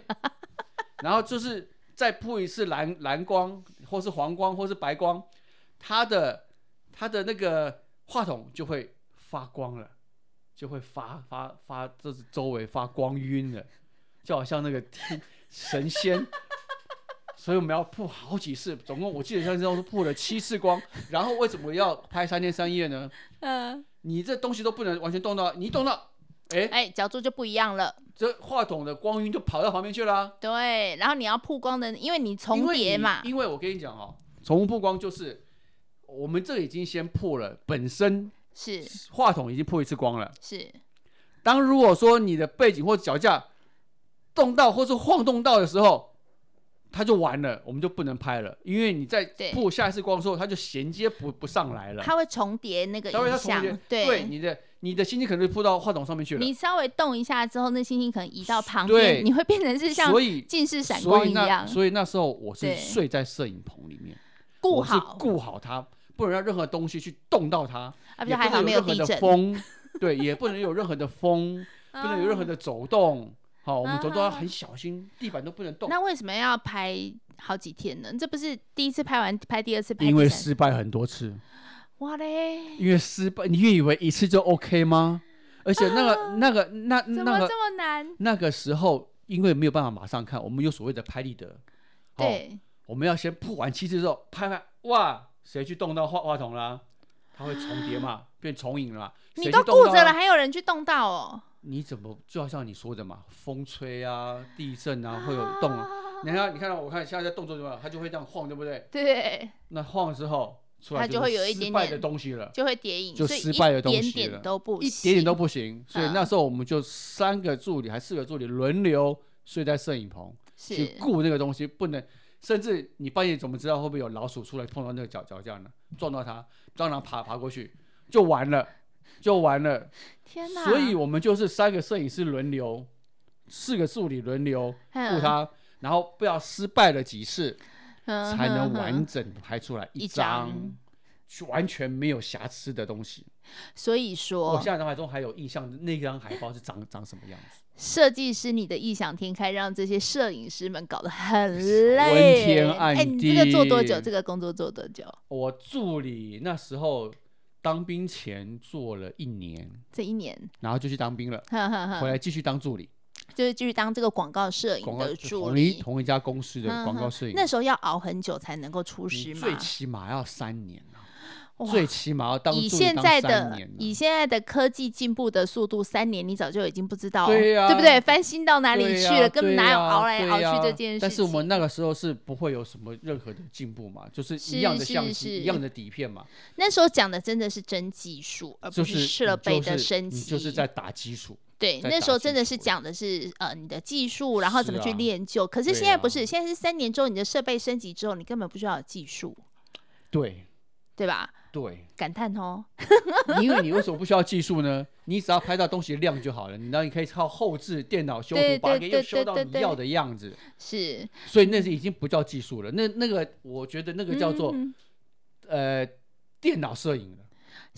Speaker 2: 然后就是再铺一次蓝蓝光，或是黄光，或是白光，它的它的那个话筒就会发光了，就会发发发，这是周围发光晕了，就好像那个天神仙。所以我们要曝好几次，总共我记得上次是曝了七次光。然后为什么要拍三天三夜呢？
Speaker 1: 嗯，
Speaker 2: 你这东西都不能完全动到，你一动到，哎，
Speaker 1: 哎，角度就不一样了。
Speaker 2: 这话筒的光晕就跑到旁边去了啊、
Speaker 1: 对，然后你要曝光的，因为你重
Speaker 2: 因为
Speaker 1: 叠
Speaker 2: 你
Speaker 1: 嘛，
Speaker 2: 因为我跟你讲哦，宠物曝光就是我们这已经先破了，本身
Speaker 1: 是
Speaker 2: 话筒已经破一次光了。
Speaker 1: 是，
Speaker 2: 当如果说你的背景或脚架动到或是晃动到的时候，它就完了，我们就不能拍了，因为你在
Speaker 1: 对
Speaker 2: 破下一次光的时候，它就衔接不不上来了。
Speaker 1: 它会重叠那个
Speaker 2: 稍微它
Speaker 1: 影
Speaker 2: 重叠
Speaker 1: 像，，
Speaker 2: 对你的你的心情可能就扑到话筒上面去了，
Speaker 1: 你稍微动一下之后，那星星可能移到旁
Speaker 2: 对
Speaker 1: 边，你会变成是像
Speaker 2: 所以
Speaker 1: 近视闪
Speaker 2: 所
Speaker 1: 光
Speaker 2: 以
Speaker 1: 一
Speaker 2: 那
Speaker 1: 样，
Speaker 2: 所以那时候我是
Speaker 1: 对
Speaker 2: 睡在摄影棚里面。
Speaker 1: 顾
Speaker 2: 我是
Speaker 1: 好
Speaker 2: 顾好它，不能让任何东西去动到它，
Speaker 1: 啊，不
Speaker 2: 也
Speaker 1: 就
Speaker 2: 不
Speaker 1: 还好
Speaker 2: 能
Speaker 1: 没
Speaker 2: 有任何
Speaker 1: 地
Speaker 2: 的
Speaker 1: 震，哦
Speaker 2: 风，对，也不能有任何的风，不能有任何
Speaker 1: 啊
Speaker 2: 的走动。好，我们走动要很小心，地板都不能动。
Speaker 1: 那为什么要拍好几天呢？这不是第一次拍完拍第二次拍第
Speaker 2: 因为
Speaker 1: 三，
Speaker 2: 失败很多次，
Speaker 1: 哇嘞，
Speaker 2: 因为失败，你以为一次就 OK 吗？而且那个、那个、那
Speaker 1: 啊怎
Speaker 2: 嗯那
Speaker 1: 么
Speaker 2: 个
Speaker 1: 这么难？
Speaker 2: 那个时候，因为没有办法马上看，我们有所谓的拍立得，好，
Speaker 1: 对，
Speaker 2: 我们要先铺完七次之后，拍拍，哇，谁去动到话话筒啦？它会重叠嘛，变重影了嘛。
Speaker 1: 你
Speaker 2: 谁
Speaker 1: 都
Speaker 2: 去动
Speaker 1: 顾
Speaker 2: 到
Speaker 1: 着
Speaker 2: 啊
Speaker 1: 了，还有人去动到哦，
Speaker 2: 你怎么就好像你说的嘛，风吹啊、地震啊，会有动啊。你看，你看到我看现在在动作怎么样，它就会这样晃，对不对？
Speaker 1: 对，
Speaker 2: 那晃之后出来
Speaker 1: 它就会有一
Speaker 2: 是
Speaker 1: 点
Speaker 2: 失败
Speaker 1: 点
Speaker 2: 的东西了，
Speaker 1: 就会叠影，
Speaker 2: 就
Speaker 1: 所以
Speaker 2: 失败的东
Speaker 1: 一
Speaker 2: 西
Speaker 1: 点
Speaker 2: 了
Speaker 1: 点都不
Speaker 2: 一
Speaker 1: 行，
Speaker 2: 点点都不行。所以
Speaker 1: 嗯
Speaker 2: 那时候我们就三个助理还四个助理轮流睡在摄影棚去
Speaker 1: 是
Speaker 2: 顾那个东西，不能。甚至你半夜怎么知道会不会有老鼠出来碰到那个脚脚架呢？撞到它，蟑螂爬爬过去就完了，就完了。
Speaker 1: 天哪！
Speaker 2: 所以我们就是三个摄影师轮流，四个助理轮流顾
Speaker 1: 嗯
Speaker 2: 他，然后不要失败了几次，
Speaker 1: 嗯
Speaker 2: 才能
Speaker 1: 哼哼
Speaker 2: 完整拍出来
Speaker 1: 一
Speaker 2: 张
Speaker 1: 张
Speaker 2: 去完全没有瑕疵的东西。
Speaker 1: 所以
Speaker 2: 我
Speaker 1: 说
Speaker 2: 现，在脑海中还有印象，那张海报是长长什么样子？
Speaker 1: 设计师你的异想天开，让这些摄影师们搞得很
Speaker 2: 昏
Speaker 1: 累。
Speaker 2: 天暗
Speaker 1: 哎，你这个做多久？
Speaker 2: 地
Speaker 1: 这个工作做多久？
Speaker 2: 我助理那时候当兵前做了一年，
Speaker 1: 这一年，
Speaker 2: 然后就去当兵了，
Speaker 1: 哈哈
Speaker 2: 回
Speaker 1: 哈，
Speaker 2: 来继续当助理，
Speaker 1: 就是继续当这个广告摄
Speaker 2: 广
Speaker 1: 影
Speaker 2: 告呃
Speaker 1: 的助
Speaker 2: 同一
Speaker 1: 理。
Speaker 2: 同一家公司的
Speaker 1: 哼
Speaker 2: 广
Speaker 1: 哼
Speaker 2: 告摄影。
Speaker 1: 那时候要熬很久才能够出师
Speaker 2: 你
Speaker 1: 嘛
Speaker 2: 最。起码要三年啊
Speaker 1: 哇
Speaker 2: 最起码要当
Speaker 1: 以
Speaker 2: 助理
Speaker 1: 现
Speaker 2: 当
Speaker 1: 在
Speaker 2: 三
Speaker 1: 的
Speaker 2: 年啊
Speaker 1: 以现在的科技进步的速度，三年你早就已经不知道，
Speaker 2: 对呀
Speaker 1: 不对？翻新到哪里
Speaker 2: 对
Speaker 1: 啊去
Speaker 2: 呀
Speaker 1: 了？根本
Speaker 2: 对
Speaker 1: 哪有
Speaker 2: 呀
Speaker 1: 熬来
Speaker 2: 对
Speaker 1: 熬
Speaker 2: 呀
Speaker 1: 去这件事情？
Speaker 2: 但是我们那个时候是不会有什么任何的进步嘛，就是一样的
Speaker 1: 是
Speaker 2: 相
Speaker 1: 是
Speaker 2: 机，
Speaker 1: 是
Speaker 2: 一样的底片嘛，
Speaker 1: 那时候讲的真的是真技术，而
Speaker 2: 就
Speaker 1: 呃不
Speaker 2: 是
Speaker 1: 设
Speaker 2: 你
Speaker 1: 备
Speaker 2: 就
Speaker 1: 的
Speaker 2: 是
Speaker 1: 升
Speaker 2: 你
Speaker 1: 级。
Speaker 2: 就是在打基础。
Speaker 1: 对，
Speaker 2: 在
Speaker 1: 那
Speaker 2: 打
Speaker 1: 时候
Speaker 2: 基
Speaker 1: 真的
Speaker 2: 础
Speaker 1: 是
Speaker 2: 的
Speaker 1: 讲的是呃你的技术，然后怎么
Speaker 2: 是
Speaker 1: 去
Speaker 2: 啊
Speaker 1: 练就。可是
Speaker 2: 对
Speaker 1: 现在不
Speaker 2: 啊
Speaker 1: 是，现在是三年之后你的设备升级之后，你根本不需要有技术，
Speaker 2: 对
Speaker 1: 对吧？
Speaker 2: 对，
Speaker 1: 感叹哦，
Speaker 2: 因为你为什么不需要技术呢？你只要拍到东西的量就好了，你那你可以靠后置电脑修
Speaker 1: 对
Speaker 2: 图，把
Speaker 1: 对
Speaker 2: 它给
Speaker 1: 对
Speaker 2: 又修
Speaker 1: 对
Speaker 2: 到
Speaker 1: 对
Speaker 2: 你
Speaker 1: 对
Speaker 2: 要的样子。
Speaker 1: 是
Speaker 2: 所以那是已经不叫技术了，那那个我觉得那个叫做
Speaker 1: 嗯
Speaker 2: 呃电脑摄影了，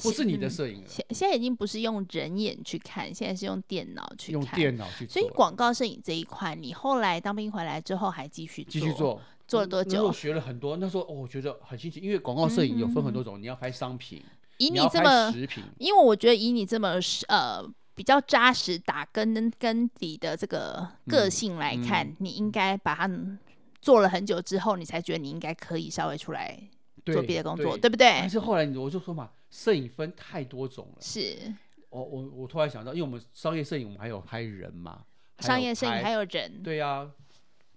Speaker 2: 不是你的
Speaker 1: 嗯
Speaker 2: 摄影了，
Speaker 1: 现现在已经不是用人眼去看，现在是用电脑去
Speaker 2: 用
Speaker 1: 看。
Speaker 2: 电脑去做。
Speaker 1: 所以广告摄影这一块，你后来当兵回来之后还继续
Speaker 2: 继续
Speaker 1: 做，
Speaker 2: 做，
Speaker 1: 做了多
Speaker 2: 嗯那时候
Speaker 1: 久
Speaker 2: 我？学了很多，那时候、哦、我觉得很新奇，因为广告摄影有分很多种，你要拍商品，
Speaker 1: 嗯以
Speaker 2: 你要
Speaker 1: 这
Speaker 2: 拍
Speaker 1: 么
Speaker 2: 食品，
Speaker 1: 因为我觉得以你这么是呃比较扎实打根根底的这个个性来看，
Speaker 2: 嗯
Speaker 1: 你应该把它做了很久之后，你才觉得你应该可以稍微出来
Speaker 2: 对
Speaker 1: 做别的工作，对
Speaker 2: 对。
Speaker 1: 不
Speaker 2: 但
Speaker 1: 对？
Speaker 2: 是后来你我就说嘛，摄影分太多种了。
Speaker 1: 是
Speaker 2: 我我我突然想到，因为我们商业摄影，我们还有拍人嘛，还有
Speaker 1: 商业摄影
Speaker 2: 拍
Speaker 1: 还有人，
Speaker 2: 对呀、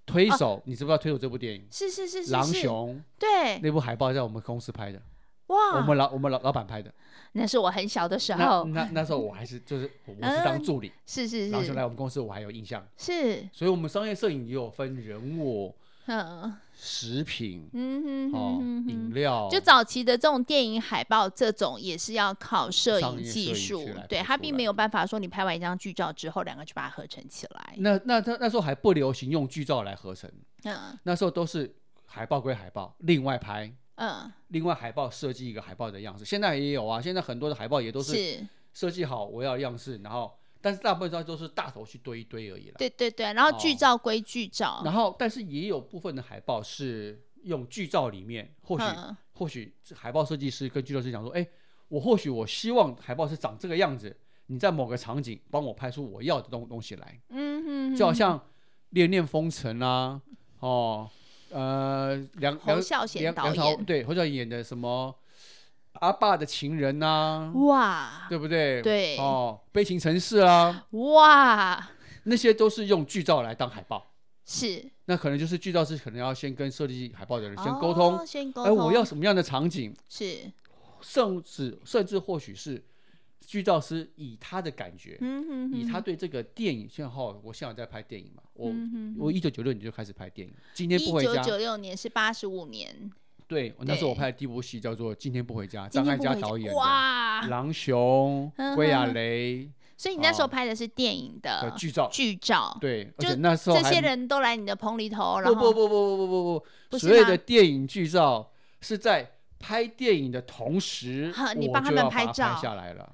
Speaker 2: 推手，你知不知道推手这部电影？
Speaker 1: 是是是是
Speaker 2: 狼
Speaker 1: 是，哎
Speaker 2: 熊
Speaker 1: 对，
Speaker 2: 那部海报在我们公司拍的，我
Speaker 1: 哇，
Speaker 2: 们老我们老老板拍的。
Speaker 1: 那是我很小的时
Speaker 2: 那
Speaker 1: 候，
Speaker 2: 那那时候我还是就是我我是当
Speaker 1: 嗯
Speaker 2: 助理，
Speaker 1: 是是
Speaker 2: 狼熊来
Speaker 1: 是
Speaker 2: 我们公司我还有印象，
Speaker 1: 是，
Speaker 2: 所以我们商业摄影也有分人物，
Speaker 1: 嗯
Speaker 2: 食品
Speaker 1: 嗯哼
Speaker 2: 哦
Speaker 1: 哼，哼
Speaker 2: 饮
Speaker 1: 哼。
Speaker 2: 料，
Speaker 1: 就早期的这种电影海报，这种也是要靠摄
Speaker 2: 商
Speaker 1: 影
Speaker 2: 业
Speaker 1: 技
Speaker 2: 摄影
Speaker 1: 术
Speaker 2: 去来，
Speaker 1: 对
Speaker 2: 拍
Speaker 1: 它
Speaker 2: 出
Speaker 1: 并
Speaker 2: 来
Speaker 1: 没有办法说你拍完一张剧照之后，两个就把它合成起来。
Speaker 2: 那那他那时候还不流行用剧照来合成，
Speaker 1: 嗯
Speaker 2: 那时候都是海报归海报，另外拍，
Speaker 1: 嗯，
Speaker 2: 另外海报设计一个海报的样式。现在也有啊，现在很多的海报也都是
Speaker 1: 是，
Speaker 2: 设计好我要样式，然后但是大部分时候都是大头去堆一堆而已啦。
Speaker 1: 对对对。然后剧
Speaker 2: 哦
Speaker 1: 照归剧照，
Speaker 2: 然后但是也有部分的海报是用剧照里面或许
Speaker 1: 嗯
Speaker 2: 或许这海报设计师跟剧照师讲说，哎，我或许我希望海报是长这个样子，你在某个场景帮我拍出我要的东东西来，
Speaker 1: 嗯哼，
Speaker 2: 就好
Speaker 1: 哼
Speaker 2: 像《恋恋风尘》啊，哦，呃，梁
Speaker 1: 侯
Speaker 2: 梁
Speaker 1: 孝贤
Speaker 2: 梁
Speaker 1: 导
Speaker 2: 梁朝
Speaker 1: 演，
Speaker 2: 对侯孝贤演的什么《阿爸的情人》呐，
Speaker 1: 哇
Speaker 2: 对不对？
Speaker 1: 对
Speaker 2: 哦，《悲情城市》啊，
Speaker 1: 哇，
Speaker 2: 那些都是用剧照来当海报。
Speaker 1: 是
Speaker 2: 那可能就是剧照师可能要先跟设计海报的人先沟通，
Speaker 1: 哦先沟
Speaker 2: 哎、
Speaker 1: 通，
Speaker 2: 我要什么样的场景，
Speaker 1: 是，
Speaker 2: 甚至甚至或许是剧照师以他的感觉，
Speaker 1: 嗯哼
Speaker 2: 以
Speaker 1: 哼
Speaker 2: 他
Speaker 1: 哼
Speaker 2: 对这个电影，像好我现在在拍电影嘛，我、
Speaker 1: 嗯哼
Speaker 2: 我一九九六年就开始拍电影，今天
Speaker 1: 一
Speaker 2: 不回
Speaker 1: 九
Speaker 2: 家，
Speaker 1: 九六年是八十五年，
Speaker 2: 对，那时候我
Speaker 1: 对
Speaker 2: 拍的第一部戏叫做《今天不回家》，
Speaker 1: 今
Speaker 2: 张艾
Speaker 1: 天不
Speaker 2: 嘉
Speaker 1: 回
Speaker 2: 导
Speaker 1: 家
Speaker 2: 演的。
Speaker 1: 哇，
Speaker 2: 狼熊
Speaker 1: 嗯、
Speaker 2: 归亚
Speaker 1: 哼
Speaker 2: 雷
Speaker 1: 所以你那时候
Speaker 2: 哦
Speaker 1: 拍的是电影
Speaker 2: 的
Speaker 1: 的
Speaker 2: 剧照，
Speaker 1: 剧照，
Speaker 2: 哦对，而
Speaker 1: 就
Speaker 2: 且那时候
Speaker 1: 这
Speaker 2: 还
Speaker 1: 些人都来你的棚里头，然
Speaker 2: 不不
Speaker 1: 后
Speaker 2: 不不不不不
Speaker 1: 不
Speaker 2: 不，
Speaker 1: 是
Speaker 2: 所谓
Speaker 1: 吗
Speaker 2: 的电影剧照是在拍电影的同时
Speaker 1: 哈，你
Speaker 2: 我
Speaker 1: 帮他
Speaker 2: 就
Speaker 1: 们
Speaker 2: 要
Speaker 1: 拍
Speaker 2: 把它
Speaker 1: 照哎
Speaker 2: 下来了。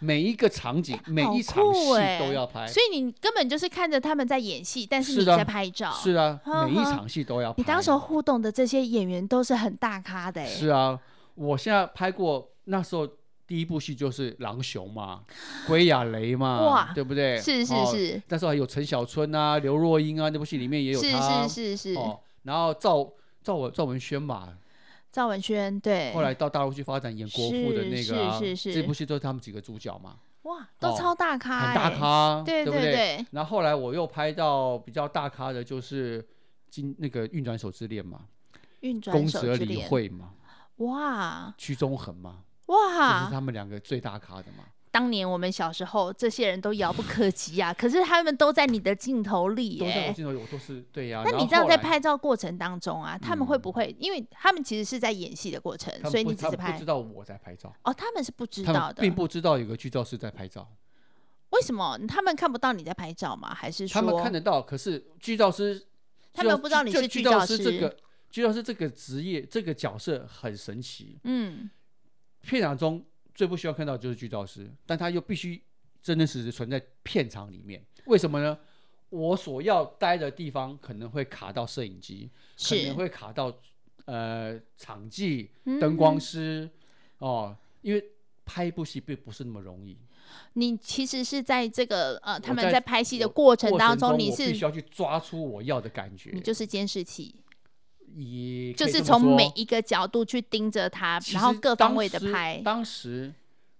Speaker 2: 每一个场景，每
Speaker 1: 好
Speaker 2: 一场
Speaker 1: 酷
Speaker 2: 戏
Speaker 1: 欸
Speaker 2: 都要拍。
Speaker 1: 所以你根本就是看着他们在演戏，但是
Speaker 2: 是
Speaker 1: 你
Speaker 2: 的
Speaker 1: 在拍照。
Speaker 2: 是啊，
Speaker 1: 呵
Speaker 2: 每一
Speaker 1: 呵
Speaker 2: 场戏都要拍。
Speaker 1: 嗯你当时候互动的这些演员都是很大咖的、欸，
Speaker 2: 是啊，我现在拍过那时候第一部戏就是《狼熊》嘛，《鬼亚雷》嘛
Speaker 1: 哇，
Speaker 2: 对不对？
Speaker 1: 是是
Speaker 2: 哦。
Speaker 1: 是
Speaker 2: 那时候还有陈小春啊、刘若英啊，那部戏里面也有
Speaker 1: 是
Speaker 2: 他。
Speaker 1: 是是是，
Speaker 2: 哦，然后赵赵文赵文轩嘛，
Speaker 1: 赵文轩对，
Speaker 2: 后来到大陆去发展演国父的
Speaker 1: 是
Speaker 2: 那个、啊，
Speaker 1: 哎是是是
Speaker 2: 这部戏都是他们几个主角嘛，
Speaker 1: 哇都
Speaker 2: 哦
Speaker 1: 超大咖、欸，
Speaker 2: 很大咖，
Speaker 1: 对
Speaker 2: 不
Speaker 1: 对。
Speaker 2: 然后后来我又拍到比较大咖的，就是今那个《运转手之恋》嘛，
Speaker 1: 运
Speaker 2: 宫
Speaker 1: 转手
Speaker 2: 泽
Speaker 1: 之
Speaker 2: 理
Speaker 1: 恋，
Speaker 2: 惠嘛，
Speaker 1: 哇
Speaker 2: 屈中恒嘛，这是
Speaker 1: 哇！
Speaker 2: 他们两个最大咖的嘛。
Speaker 1: 当年我们小时候，这些人都遥不可及啊，可是他们都在你的镜头里、欸
Speaker 2: 都在我
Speaker 1: 耶。
Speaker 2: 镜头里，我都是对呀、
Speaker 1: 那
Speaker 2: 啊然
Speaker 1: 你
Speaker 2: 后
Speaker 1: 这样
Speaker 2: 后
Speaker 1: 在
Speaker 2: 来
Speaker 1: 拍照过程当中啊，他们会
Speaker 2: 嗯
Speaker 1: 不会？因为他们其实是在演戏的过程
Speaker 2: 他，们
Speaker 1: 所以
Speaker 2: 不
Speaker 1: 你只
Speaker 2: 他
Speaker 1: 是
Speaker 2: 们不
Speaker 1: 拍
Speaker 2: 知道我在拍照，
Speaker 1: 哦，他们是不知
Speaker 2: 他
Speaker 1: 道
Speaker 2: 们
Speaker 1: 的，
Speaker 2: 并不知道有个剧照是在拍照，
Speaker 1: 为什么他们看不到你在拍照吗？还是说
Speaker 2: 他们看得到，可是剧照师
Speaker 1: 他
Speaker 2: 剧
Speaker 1: 们
Speaker 2: 照
Speaker 1: 不知道
Speaker 2: 剧
Speaker 1: 你
Speaker 2: 就是剧
Speaker 1: 剧
Speaker 2: 照
Speaker 1: 照
Speaker 2: 师
Speaker 1: 师
Speaker 2: 这个剧照师这个职业这个角色很神奇，
Speaker 1: 嗯
Speaker 2: 片场中最不希望看到的就是剧照师，但他又必须真真实实存在片场里面。为什么呢？我所要待的地方可能会卡到摄影机，可
Speaker 1: 是
Speaker 2: 能会卡到呃场记、
Speaker 1: 嗯
Speaker 2: 灯光
Speaker 1: 嗯
Speaker 2: 师、哦，因为拍一部戏并不是那么容易。
Speaker 1: 你其实是在这个呃他
Speaker 2: 我
Speaker 1: 们
Speaker 2: 在
Speaker 1: 在拍戏的
Speaker 2: 我
Speaker 1: 过程
Speaker 2: 过
Speaker 1: 当
Speaker 2: 程
Speaker 1: 中，
Speaker 2: 中
Speaker 1: 你
Speaker 2: 我必须
Speaker 1: 是
Speaker 2: 要去抓出我要的感觉，
Speaker 1: 你就是监视器，
Speaker 2: 也可
Speaker 1: 就是
Speaker 2: 以这么
Speaker 1: 从
Speaker 2: 说
Speaker 1: 每一个角度去盯着他，
Speaker 2: 其
Speaker 1: 然后
Speaker 2: 实
Speaker 1: 各
Speaker 2: 当
Speaker 1: 方位的
Speaker 2: 时
Speaker 1: 拍。
Speaker 2: 当时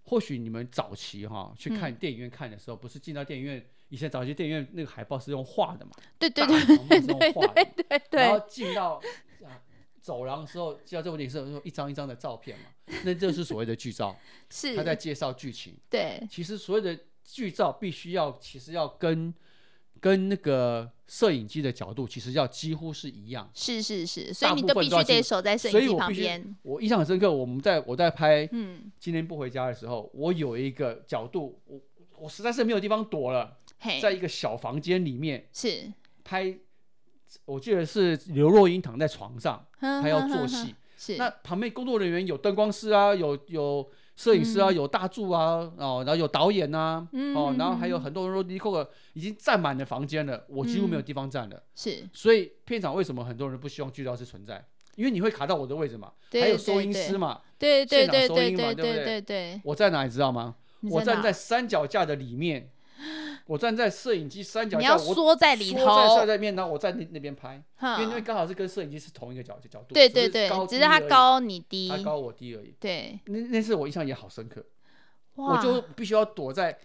Speaker 2: 或许你们早期哈去
Speaker 1: 嗯
Speaker 2: 看电影院看的时候，不是进到电影院，以前早期电影院那个海报是用画的嘛，
Speaker 1: 对对
Speaker 2: 大
Speaker 1: 对
Speaker 2: 荧幕是用画的嘛，
Speaker 1: 对
Speaker 2: 然
Speaker 1: 对，
Speaker 2: 后进到。啊走廊的时候，进到这部电影是有一张一张的照片嘛，那就是所谓的剧照，
Speaker 1: 是
Speaker 2: 他在介绍剧情。
Speaker 1: 对
Speaker 2: 其实所有的剧照必须要，其实要跟跟那个摄影机的角度其实要几乎是一样，
Speaker 1: 是是是，所以
Speaker 2: 大
Speaker 1: 你
Speaker 2: 部
Speaker 1: 都
Speaker 2: 分
Speaker 1: 必
Speaker 2: 都要
Speaker 1: 须得
Speaker 2: 进
Speaker 1: 守在摄
Speaker 2: 所
Speaker 1: 影
Speaker 2: 以
Speaker 1: 机
Speaker 2: 我
Speaker 1: 旁
Speaker 2: 必须
Speaker 1: 边。
Speaker 2: 我印象很深刻。我们在我在拍《
Speaker 1: 嗯，
Speaker 2: 今天不回家》的时候，我有一个角度，我我实在是没有地方躲了，
Speaker 1: 嘿，
Speaker 2: 在一个小房间里面
Speaker 1: 是
Speaker 2: 拍，我记得是刘若英躺在床上，
Speaker 1: 他
Speaker 2: 她要做，戏，
Speaker 1: 是
Speaker 2: 那旁边工作人员有灯光师啊，有有摄影师啊，
Speaker 1: 嗯
Speaker 2: 有大助啊，哦，然后有导演啊，
Speaker 1: 嗯
Speaker 2: 哦，然后还有
Speaker 1: 嗯
Speaker 2: 很多人说 n i c o 已经占满了房间了，我几乎没有
Speaker 1: 嗯
Speaker 2: 地方站了。
Speaker 1: 是
Speaker 2: 所以片场为什么很多人不希望剧照是存在？因为你会卡到我的位置嘛，
Speaker 1: 对
Speaker 2: 还有
Speaker 1: 对
Speaker 2: 收音
Speaker 1: 对
Speaker 2: 师嘛，
Speaker 1: 对对
Speaker 2: 现场
Speaker 1: 对
Speaker 2: 收
Speaker 1: 对
Speaker 2: 音嘛
Speaker 1: 对
Speaker 2: 对不
Speaker 1: 对
Speaker 2: 对
Speaker 1: 对对，
Speaker 2: 我在哪你知道吗？
Speaker 1: 你
Speaker 2: 我
Speaker 1: 哪
Speaker 2: 站在三脚架的里面，我站在摄影机三脚
Speaker 1: 你
Speaker 2: 架，
Speaker 1: 要
Speaker 2: 我
Speaker 1: 缩在里
Speaker 2: 缩在
Speaker 1: 头
Speaker 2: 在，在面，然后我在那那边拍，因
Speaker 1: 哈
Speaker 2: 为因为刚好是跟摄影机是同一个角角度，
Speaker 1: 对
Speaker 2: 只
Speaker 1: 对
Speaker 2: 是
Speaker 1: 对
Speaker 2: 高，
Speaker 1: 只
Speaker 2: 低
Speaker 1: 是他
Speaker 2: 而已，
Speaker 1: 高你低，
Speaker 2: 他高我低而已。
Speaker 1: 对，
Speaker 2: 那那次我印象也好深刻，
Speaker 1: 哇，
Speaker 2: 我就必须要躲在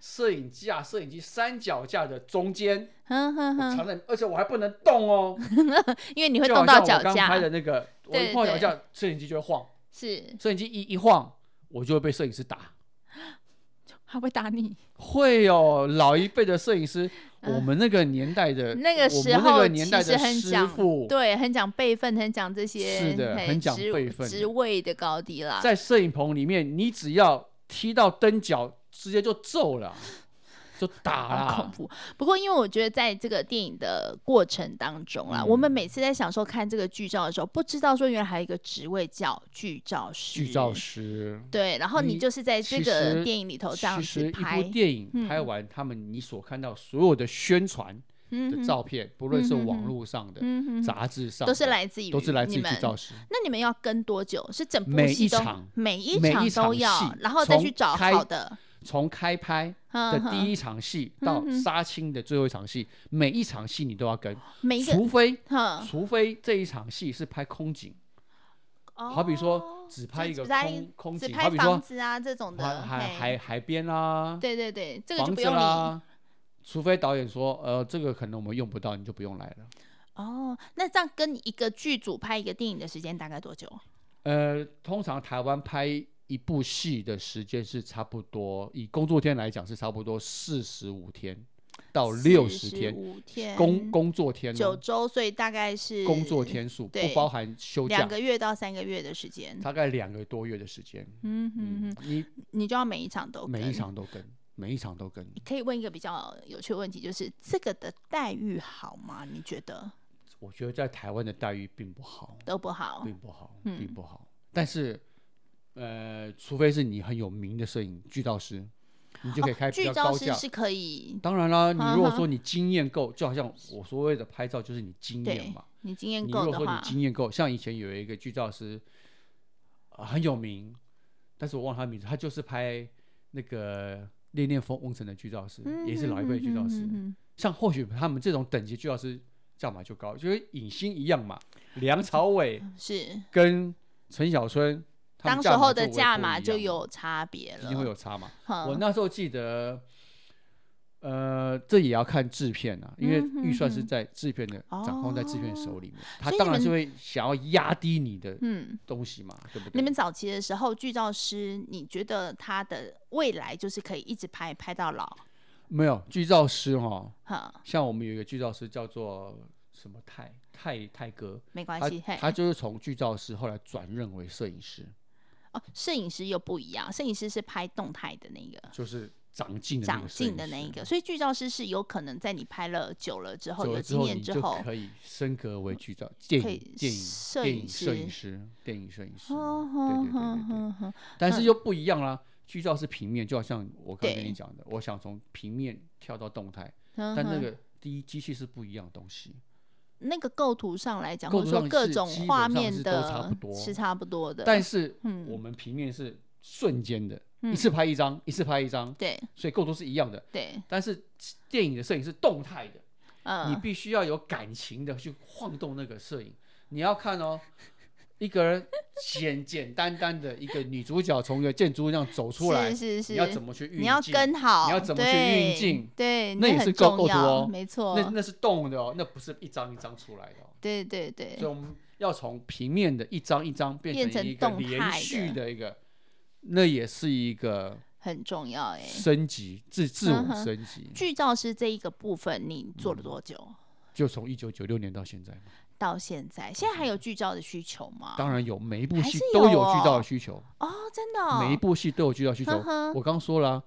Speaker 2: 摄影架、摄影机三脚架的中间，
Speaker 1: 哼哼
Speaker 2: 我
Speaker 1: 嗯哼，
Speaker 2: 藏在，而且我还不能动哦，
Speaker 1: 因 为你会
Speaker 2: 就好
Speaker 1: 动
Speaker 2: 像
Speaker 1: 到
Speaker 2: 我
Speaker 1: 脚
Speaker 2: 刚
Speaker 1: 架
Speaker 2: 拍，的那个，我
Speaker 1: 对
Speaker 2: 一碰
Speaker 1: 对
Speaker 2: 到脚架，摄影机就会晃，
Speaker 1: 是
Speaker 2: 摄影机一一晃，我就会被摄影师打。
Speaker 1: 他会打你。
Speaker 2: 会哦，老一辈的摄影师，
Speaker 1: 嗯
Speaker 2: 我们那个年代的
Speaker 1: 那个时
Speaker 2: 呃我们那
Speaker 1: 候
Speaker 2: 个
Speaker 1: 其
Speaker 2: 年代
Speaker 1: 实
Speaker 2: 的
Speaker 1: 很
Speaker 2: 师
Speaker 1: 讲
Speaker 2: 傅，
Speaker 1: 对，很讲辈分，很讲这些，
Speaker 2: 是的
Speaker 1: 嘿
Speaker 2: 很讲
Speaker 1: 职
Speaker 2: 辈分
Speaker 1: 职
Speaker 2: 的
Speaker 1: 位的高低啦。
Speaker 2: 在摄影棚里面，你只要踢到灯角，直接就揍了，就打
Speaker 1: 好恐
Speaker 2: 啦。
Speaker 1: 怖。不过，因为我觉得在这个电影的过程当中啦，我们
Speaker 2: 嗯
Speaker 1: 每次在享受看这个剧照的时候，不知道说原来还有一个职位叫剧照师。
Speaker 2: 剧照。师，
Speaker 1: 对，然后你
Speaker 2: 你
Speaker 1: 就是在这
Speaker 2: 其
Speaker 1: 个
Speaker 2: 实
Speaker 1: 电影里头这
Speaker 2: 其
Speaker 1: 样
Speaker 2: 实
Speaker 1: 子
Speaker 2: 一
Speaker 1: 拍
Speaker 2: 部，电影拍
Speaker 1: 嗯
Speaker 2: 完，他们你所看到所有的宣传，的照片，不论是网络上的、
Speaker 1: 嗯哼哼，
Speaker 2: 杂志上的，
Speaker 1: 都是来自于
Speaker 2: 都是来自
Speaker 1: 你
Speaker 2: 于
Speaker 1: 们
Speaker 2: 制造师。
Speaker 1: 那你们要跟多久？是整部
Speaker 2: 每
Speaker 1: 戏
Speaker 2: 一
Speaker 1: 都
Speaker 2: 场
Speaker 1: 每一
Speaker 2: 每
Speaker 1: 场
Speaker 2: 一
Speaker 1: 都
Speaker 2: 场
Speaker 1: 要
Speaker 2: 戏，
Speaker 1: 然后再
Speaker 2: 从
Speaker 1: 去找
Speaker 2: 开
Speaker 1: 好的
Speaker 2: 从开拍的第
Speaker 1: 一，
Speaker 2: 一场戏到
Speaker 1: 嗯哼
Speaker 2: 杀青的最后一场戏，每一场戏你都要跟，
Speaker 1: 每一个嗯
Speaker 2: 除非
Speaker 1: 哼，
Speaker 2: 除非这一场戏是拍空景，好比说
Speaker 1: 哦
Speaker 2: 只拍
Speaker 1: 就
Speaker 2: 一个
Speaker 1: 只拍
Speaker 2: 空空
Speaker 1: 只
Speaker 2: 景，
Speaker 1: 拍
Speaker 2: 好比说
Speaker 1: 房子啊这种
Speaker 2: 海
Speaker 1: 的，
Speaker 2: 海
Speaker 1: 嘿
Speaker 2: 海海边啦，
Speaker 1: 对对对，这个就
Speaker 2: 房
Speaker 1: 不
Speaker 2: 子
Speaker 1: 用你
Speaker 2: 啦，除非导演说，呃，这个可能我们用不到，你就不用来了。
Speaker 1: 哦。那这样跟一个剧组拍一个电影的时间大概多久？
Speaker 2: 呃，通常台湾拍一部戏的时间是差不多，以工作天来讲是差不多四十五天到六十天，
Speaker 1: 五天，
Speaker 2: 工工作天、
Speaker 1: 九
Speaker 2: 哦，
Speaker 1: 周，所以大概是
Speaker 2: 工作天数不
Speaker 1: 对
Speaker 2: 包含休
Speaker 1: 两
Speaker 2: 假，
Speaker 1: 个月到三个月的时间。
Speaker 2: 大概两个多月的时间。
Speaker 1: 嗯哼
Speaker 2: 嗯
Speaker 1: 哼，，
Speaker 2: 你
Speaker 1: 你就要每一场都
Speaker 2: 每一
Speaker 1: 跟
Speaker 2: 场都跟，每一场都跟。
Speaker 1: 可以问一个比较有趣的问题，就是这个的待遇好吗？你觉得
Speaker 2: 我觉得在台湾的待遇并不好，
Speaker 1: 都不好？
Speaker 2: 并不好，
Speaker 1: 嗯
Speaker 2: 并不好。但是，呃，除非是你很有名的摄影剧照师，你就可以开比
Speaker 1: 哦剧
Speaker 2: 较
Speaker 1: 照
Speaker 2: 高
Speaker 1: 师
Speaker 2: 价。
Speaker 1: 是可以，
Speaker 2: 当然啦，你如
Speaker 1: 嗯
Speaker 2: 果
Speaker 1: 哼
Speaker 2: 说你经验够，就好像我所谓的拍照就是你经验
Speaker 1: 对
Speaker 2: 嘛。
Speaker 1: 你经
Speaker 2: 你
Speaker 1: 验
Speaker 2: 如
Speaker 1: 够
Speaker 2: 果
Speaker 1: 的
Speaker 2: 说你
Speaker 1: 话，
Speaker 2: 经验够，像以前有一个剧照师、啊很有名，但是我忘了他名字，他就是拍那个《恋恋风风尘》的剧照师，
Speaker 1: 嗯
Speaker 2: 也是老一辈的剧照师。
Speaker 1: 嗯嗯
Speaker 2: 像或许他们这种等级剧照师，价码就高，就跟影星一样嘛。梁朝伟
Speaker 1: 嗯嗯是
Speaker 2: 跟陈小春，他
Speaker 1: 当时
Speaker 2: 们价码
Speaker 1: 候
Speaker 2: 就
Speaker 1: 的
Speaker 2: 微不
Speaker 1: 价
Speaker 2: 一
Speaker 1: 码就
Speaker 2: 样
Speaker 1: 有差别
Speaker 2: 一
Speaker 1: 了。
Speaker 2: 定会有差嘛。
Speaker 1: 哼
Speaker 2: 我那时候记得，呃，这也要看制片啊，因为
Speaker 1: 嗯哼
Speaker 2: 预算是
Speaker 1: 哼哦
Speaker 2: 在制片的掌控在制片手里面，他
Speaker 1: 所以
Speaker 2: 当
Speaker 1: 你
Speaker 2: 然是
Speaker 1: 们
Speaker 2: 会想要压低你的
Speaker 1: 嗯，
Speaker 2: 东西嘛，对不对？
Speaker 1: 你们早期的时候，剧照师，你觉得他的未来就是可以一直拍拍到老？
Speaker 2: 没有剧照师哦，
Speaker 1: 哈，
Speaker 2: 像我们有一个剧照师叫做什么泰泰泰哥，
Speaker 1: 没关
Speaker 2: 他
Speaker 1: 系，嘿，
Speaker 2: 他就是从剧照师后来转任为摄影师，
Speaker 1: 哦，摄影师又不一样，摄影师是拍动态的那个。
Speaker 2: 就是长进的那
Speaker 1: 长
Speaker 2: 个摄
Speaker 1: 进
Speaker 2: 影
Speaker 1: 的那
Speaker 2: 师
Speaker 1: 一个，所以剧照师是有可能在你拍了久了之后，
Speaker 2: 久
Speaker 1: 有
Speaker 2: 了之
Speaker 1: 经
Speaker 2: 后
Speaker 1: 验
Speaker 2: 你
Speaker 1: 之
Speaker 2: 就
Speaker 1: 后，
Speaker 2: 可以升格为剧照电
Speaker 1: 可
Speaker 2: 影
Speaker 1: 以
Speaker 2: 电影
Speaker 1: 摄
Speaker 2: 电
Speaker 1: 影
Speaker 2: 影摄影
Speaker 1: 师
Speaker 2: 师电影摄影师，
Speaker 1: 哦
Speaker 2: 对对对对对。
Speaker 1: 哼
Speaker 2: 但是又不一样啦。剧照是平面，就好像我刚才
Speaker 1: 嗯
Speaker 2: 跟
Speaker 1: 对
Speaker 2: 你讲的，我想从平面跳到动态，
Speaker 1: 哼
Speaker 2: 但那
Speaker 1: 哼
Speaker 2: 个第一机器是不一样的东西。
Speaker 1: 那个构图上来讲，
Speaker 2: 构
Speaker 1: 或
Speaker 2: 图
Speaker 1: 者
Speaker 2: 上
Speaker 1: 说各
Speaker 2: 是
Speaker 1: 种
Speaker 2: 基本
Speaker 1: 画
Speaker 2: 上
Speaker 1: 面
Speaker 2: 是都差
Speaker 1: 的
Speaker 2: 不多
Speaker 1: 是差不多的，
Speaker 2: 但是
Speaker 1: 嗯
Speaker 2: 我们平面是瞬间的，
Speaker 1: 嗯
Speaker 2: 一次拍一张，一次拍一张，
Speaker 1: 对
Speaker 2: 所以构图是一样的。
Speaker 1: 对，
Speaker 2: 但是电影的摄影是动态的，你
Speaker 1: 嗯，
Speaker 2: 必须要有感情的去晃动那个摄影。你要看哦，一个人简简单单的一个女主角从一个建筑物这样走出来
Speaker 1: 是，是是，
Speaker 2: 你要怎么去运镜？
Speaker 1: 你要跟好，
Speaker 2: 你要怎么去
Speaker 1: 对
Speaker 2: 运镜，
Speaker 1: 对，
Speaker 2: 那也是
Speaker 1: 很
Speaker 2: 构
Speaker 1: 重
Speaker 2: 构图
Speaker 1: 要
Speaker 2: 哦
Speaker 1: 没错，
Speaker 2: 那那是动的哦，那不是一张一张出来的、哦。
Speaker 1: 对对对
Speaker 2: 所以，我们要从平面的一张一张变
Speaker 1: 变
Speaker 2: 成
Speaker 1: 成
Speaker 2: 一个
Speaker 1: 动
Speaker 2: 连
Speaker 1: 态
Speaker 2: 续
Speaker 1: 的
Speaker 2: 的一个，那也是一个
Speaker 1: 很重要哎。
Speaker 2: 升级，自自
Speaker 1: 嗯
Speaker 2: 我
Speaker 1: 哼
Speaker 2: 升级，
Speaker 1: 剧照师这一个部分，你
Speaker 2: 嗯
Speaker 1: 做了多久？
Speaker 2: 就从一九九六年到现在嘛。
Speaker 1: 到现在，现在还有剧照的需求吗？
Speaker 2: 当然有，每一部
Speaker 1: 哦还
Speaker 2: 戏
Speaker 1: 是
Speaker 2: 都
Speaker 1: 有
Speaker 2: 有剧照
Speaker 1: 哦
Speaker 2: 的需求，
Speaker 1: 哦，真的、哦，
Speaker 2: 每一部戏都有剧照需求。
Speaker 1: 呵呵
Speaker 2: 我刚说了啊、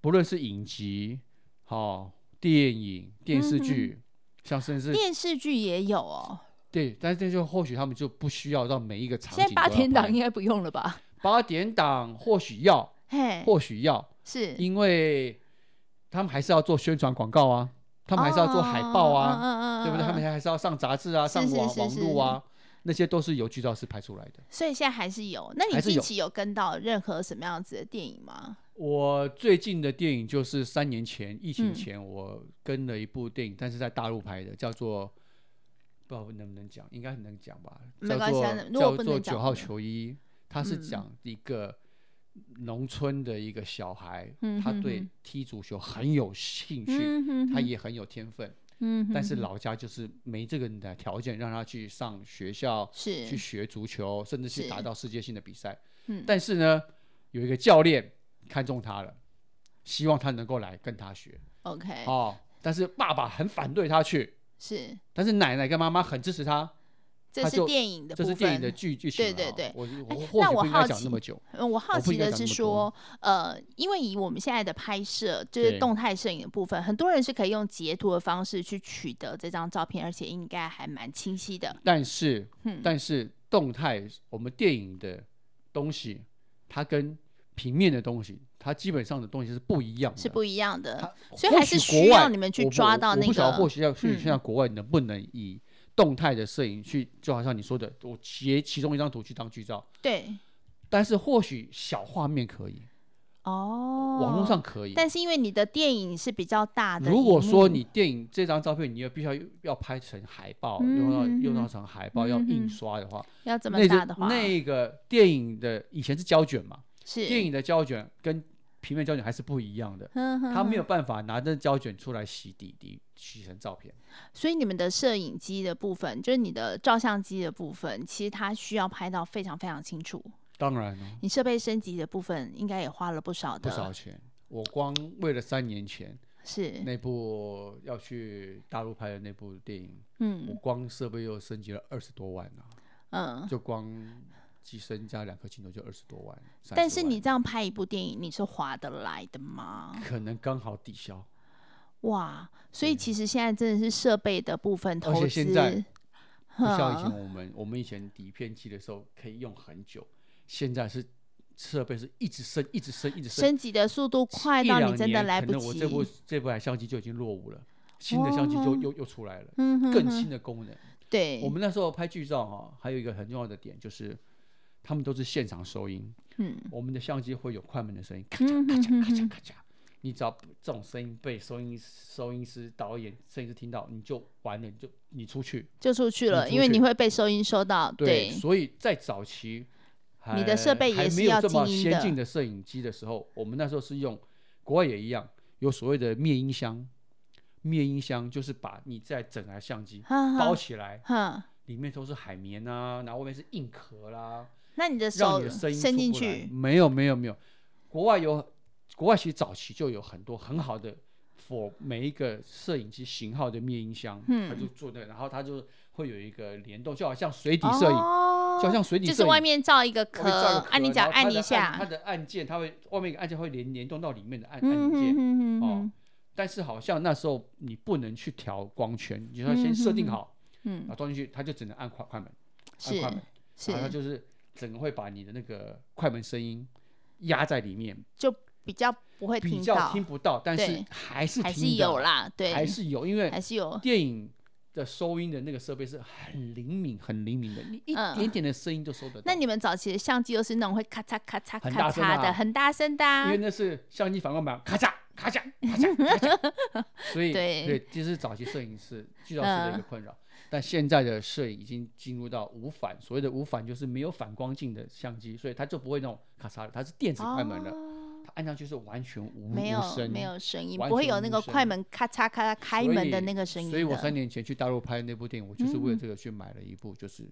Speaker 2: 不论是影集、好、电影、电
Speaker 1: 嗯
Speaker 2: 视
Speaker 1: 哼
Speaker 2: 剧，像甚至
Speaker 1: 电视剧也有哦。
Speaker 2: 对，但是这就或许他们就不需要让每一个场景
Speaker 1: 现在八
Speaker 2: 都要
Speaker 1: 点档
Speaker 2: 拍
Speaker 1: 应该不用了吧？
Speaker 2: 八点档或许要，
Speaker 1: 嘿，
Speaker 2: 或许要，
Speaker 1: 是，
Speaker 2: 因为他们还是要做宣传广告啊，他们还是要做海报
Speaker 1: 哦
Speaker 2: 啊，
Speaker 1: 嗯嗯嗯嗯
Speaker 2: 对不对？他们还是要上杂志啊，
Speaker 1: 是
Speaker 2: 上
Speaker 1: 是
Speaker 2: 网
Speaker 1: 是
Speaker 2: 网
Speaker 1: 是
Speaker 2: 络啊，那些都是由剧照师拍出来的。
Speaker 1: 所以现在还是有。那你
Speaker 2: 还是
Speaker 1: 近
Speaker 2: 有
Speaker 1: 期有跟到任何什么样子的电影吗？
Speaker 2: 我最近的电影就是三年前疫情
Speaker 1: 嗯
Speaker 2: 前，我跟了一部电影，但是在大陆拍的，叫做。不知道能不能讲，应该能讲吧。
Speaker 1: 没
Speaker 2: 叫
Speaker 1: 关系
Speaker 2: 做
Speaker 1: 啊如果
Speaker 2: 叫
Speaker 1: 不
Speaker 2: 做
Speaker 1: 能
Speaker 2: 九
Speaker 1: 讲
Speaker 2: 号
Speaker 1: 的
Speaker 2: 球衣，他是
Speaker 1: 嗯
Speaker 2: 讲一个农村的一个小孩，
Speaker 1: 嗯
Speaker 2: 他
Speaker 1: 哼
Speaker 2: 对
Speaker 1: 哼
Speaker 2: 踢足球很有兴趣，
Speaker 1: 嗯哼
Speaker 2: 他，也很有天分，
Speaker 1: 嗯哼
Speaker 2: 但是
Speaker 1: 哼
Speaker 2: 老家就是没这个的条件让他去上学校去
Speaker 1: 是，
Speaker 2: 学足球，甚至去
Speaker 1: 是
Speaker 2: 打到世界性的比赛。
Speaker 1: 嗯
Speaker 2: 但是呢，有一个教练看中他了，希望他能够来跟他学
Speaker 1: OK，
Speaker 2: 哦。但是爸爸很反对他去，
Speaker 1: 是，
Speaker 2: 但是奶奶跟妈妈很支持他。
Speaker 1: 这
Speaker 2: 他
Speaker 1: 是
Speaker 2: 就
Speaker 1: 电影的部
Speaker 2: 这
Speaker 1: 分。
Speaker 2: 是电影的剧剧情
Speaker 1: 对
Speaker 2: 了
Speaker 1: 对
Speaker 2: 哦
Speaker 1: 对
Speaker 2: 我
Speaker 1: 哎
Speaker 2: 我或
Speaker 1: 那
Speaker 2: 许
Speaker 1: 我
Speaker 2: 不应该
Speaker 1: 好
Speaker 2: 讲
Speaker 1: 奇
Speaker 2: 那么久。
Speaker 1: 嗯，我好
Speaker 2: 我不
Speaker 1: 奇
Speaker 2: 应该
Speaker 1: 的
Speaker 2: 讲
Speaker 1: 是
Speaker 2: 那么
Speaker 1: 说，呃，因为以我们现在的拍摄，就是
Speaker 2: 对
Speaker 1: 动态摄影的部分，很多人是可以用截图的方式去取得这张照片，而且应该还蛮清晰的。
Speaker 2: 但是，
Speaker 1: 嗯
Speaker 2: 但是动态我们电影的东西，它跟平面的东西，它基本上的东西是不一样的，
Speaker 1: 是不一样的。
Speaker 2: 它
Speaker 1: 所以
Speaker 2: 或
Speaker 1: 还是
Speaker 2: 许
Speaker 1: 需
Speaker 2: 国
Speaker 1: 要
Speaker 2: 外
Speaker 1: 你们去
Speaker 2: 我不
Speaker 1: 抓
Speaker 2: 我
Speaker 1: 到
Speaker 2: 我
Speaker 1: 那
Speaker 2: 不晓得
Speaker 1: 个
Speaker 2: 或许要去
Speaker 1: 嗯
Speaker 2: 现在国外能不能以动态的摄影去，就好像你说的，我截其中一张图去当剧照，
Speaker 1: 对
Speaker 2: 但是或许小画面可以，
Speaker 1: 哦，
Speaker 2: 网络上可以。
Speaker 1: 但是因为你的电影是比较大的荧幕，
Speaker 2: 如果说你电影这张照片，你要必须要要拍成海报，用到
Speaker 1: 嗯嗯
Speaker 2: 用到
Speaker 1: 嗯
Speaker 2: 成海报要
Speaker 1: 嗯嗯
Speaker 2: 印刷的话，
Speaker 1: 要这么
Speaker 2: 那
Speaker 1: 大
Speaker 2: 就
Speaker 1: 的话，
Speaker 2: 那个电影的以前是胶卷嘛，
Speaker 1: 是
Speaker 2: 电，影的胶卷跟平面胶卷还是不一样的，
Speaker 1: 他
Speaker 2: 它没有，办法拿着胶卷出来洗底底洗成照片。
Speaker 1: 所以你们的摄影机的部分，就是你的照相机的部分，其实它需要拍到非常非常清楚。
Speaker 2: 当然哦，
Speaker 1: 你设备升级的部分，应该也花了不少
Speaker 2: 不
Speaker 1: 的，
Speaker 2: 少钱。我光为了三年前
Speaker 1: 是，
Speaker 2: 那部要去大陆拍的那部电影，我
Speaker 1: 嗯
Speaker 2: 光设备又升级了二十多万呢、
Speaker 1: 嗯。
Speaker 2: 就光机身加两颗镜头就二十多万。30
Speaker 1: 但是
Speaker 2: 万
Speaker 1: 你这样拍一部电影，你是划得来的吗？
Speaker 2: 可能刚好抵消，
Speaker 1: 啊哇，所以其实现在真的是设备的部分投资，
Speaker 2: 嗯现在不像以
Speaker 1: 哼
Speaker 2: 前我们我们以前底片机的时候可以用很久，现在是设备是一直升一直升一直升，
Speaker 1: 升级的速度快
Speaker 2: 一
Speaker 1: 到
Speaker 2: 两
Speaker 1: 你真的
Speaker 2: 年
Speaker 1: 来
Speaker 2: 可
Speaker 1: 不
Speaker 2: 能我这部
Speaker 1: 及。
Speaker 2: 这部相机就已经落伍了，新的相机又
Speaker 1: 哦
Speaker 2: 又又出来了，
Speaker 1: 嗯哼
Speaker 2: 更
Speaker 1: 哼
Speaker 2: 新的功能。
Speaker 1: 对，
Speaker 2: 我们那时候拍剧照哈、还有一个很重要的点就是，他们都是现场收音，
Speaker 1: 嗯
Speaker 2: 我们的相机会有快门的声音，咔
Speaker 1: 嗯
Speaker 2: 嚓咔
Speaker 1: 哼
Speaker 2: 嚓咔
Speaker 1: 哼哼
Speaker 2: 嚓咔嚓。你只要这种声音被收音收音师、导演、摄影师听到，你就完了，你就你出去。
Speaker 1: 就出去
Speaker 2: 你
Speaker 1: 了，
Speaker 2: 出
Speaker 1: 因为你
Speaker 2: 去
Speaker 1: 会被收音收到。对，
Speaker 2: 所以在早期，
Speaker 1: 你的设
Speaker 2: 还
Speaker 1: 备也
Speaker 2: 还
Speaker 1: 是
Speaker 2: 没有
Speaker 1: 要
Speaker 2: 这么
Speaker 1: 静音
Speaker 2: 先
Speaker 1: 的
Speaker 2: 进的摄影机的时候，我们那时候是用国外也一样，有所谓的灭音箱。灭音箱就是把你在整台相机
Speaker 1: 哈哈
Speaker 2: 包起来，
Speaker 1: 哼，
Speaker 2: 里面都是海绵啊，然后外面是硬壳啦，
Speaker 1: 那你的
Speaker 2: 让
Speaker 1: 手
Speaker 2: 你的声音
Speaker 1: 伸
Speaker 2: 出
Speaker 1: 进
Speaker 2: 不来
Speaker 1: 去，
Speaker 2: 没有没有没有，国外有国外其实早期就有很多很好的 for 每一个摄影机型号的灭音箱，
Speaker 1: 嗯
Speaker 2: 它就做那个，然后它就会有一个联动，就好像水底摄影，就好像水底摄
Speaker 1: 哦就
Speaker 2: 影，
Speaker 1: 是外面罩一个
Speaker 2: 外面罩
Speaker 1: 壳
Speaker 2: 一个，
Speaker 1: 啊，你
Speaker 2: 壳
Speaker 1: 只要
Speaker 2: 然后它
Speaker 1: 按
Speaker 2: 的
Speaker 1: 一
Speaker 2: 它
Speaker 1: 下，
Speaker 2: 的按键它会外面一个按键会联联动到里面的按按
Speaker 1: 嗯
Speaker 2: 键
Speaker 1: 哼，哼哼
Speaker 2: 哦
Speaker 1: 哼，
Speaker 2: 但是好像那时候你不能去调光圈，你就要先设定
Speaker 1: 嗯嗯嗯
Speaker 2: 好，然
Speaker 1: 嗯，
Speaker 2: 后装进去，它就只能按快快门，按呃快门
Speaker 1: 是。是
Speaker 2: 然后它，就是整个会把你的那个快门声音压在里面，
Speaker 1: 就比较不会
Speaker 2: 比
Speaker 1: 听
Speaker 2: 较
Speaker 1: 到，
Speaker 2: 听不到，但
Speaker 1: 对
Speaker 2: 是还是
Speaker 1: 还是
Speaker 2: 听得
Speaker 1: 有，啦，对，
Speaker 2: 还是有，因为
Speaker 1: 还是有，
Speaker 2: 电影的收音的那个设备是很灵敏、很灵敏的，你一
Speaker 1: 嗯
Speaker 2: 点点的声音都收得到。
Speaker 1: 那你们早期的相机又是那种会咔嚓咔嚓
Speaker 2: 很
Speaker 1: 咔
Speaker 2: 大声
Speaker 1: 嚓
Speaker 2: 的
Speaker 1: 的，
Speaker 2: 啊
Speaker 1: 很大声的啊
Speaker 2: 因为，那是相机反光板，咔嚓咔嚓咔嚓咔嚓，所 以
Speaker 1: 对嗯
Speaker 2: 对，这是早期摄影师、剧照师的一个困扰。但现在的摄影已经进入到无反，所谓的无反就是没有反光镜的相机，所以它就不会那种咔嚓了，它是电子快门了。
Speaker 1: 哦
Speaker 2: 它按上去是完全无
Speaker 1: 没有
Speaker 2: 无声，
Speaker 1: 没有声音，
Speaker 2: 完
Speaker 1: 不会
Speaker 2: 全
Speaker 1: 有那
Speaker 2: 无
Speaker 1: 个
Speaker 2: 声
Speaker 1: 快门咔嚓咔嚓开
Speaker 2: 所
Speaker 1: 门的
Speaker 2: 以
Speaker 1: 那个声音
Speaker 2: 所以我
Speaker 1: 的
Speaker 2: 三年前去大陆拍那部电影，我就是为了
Speaker 1: 嗯
Speaker 2: 这个去买了一部，就是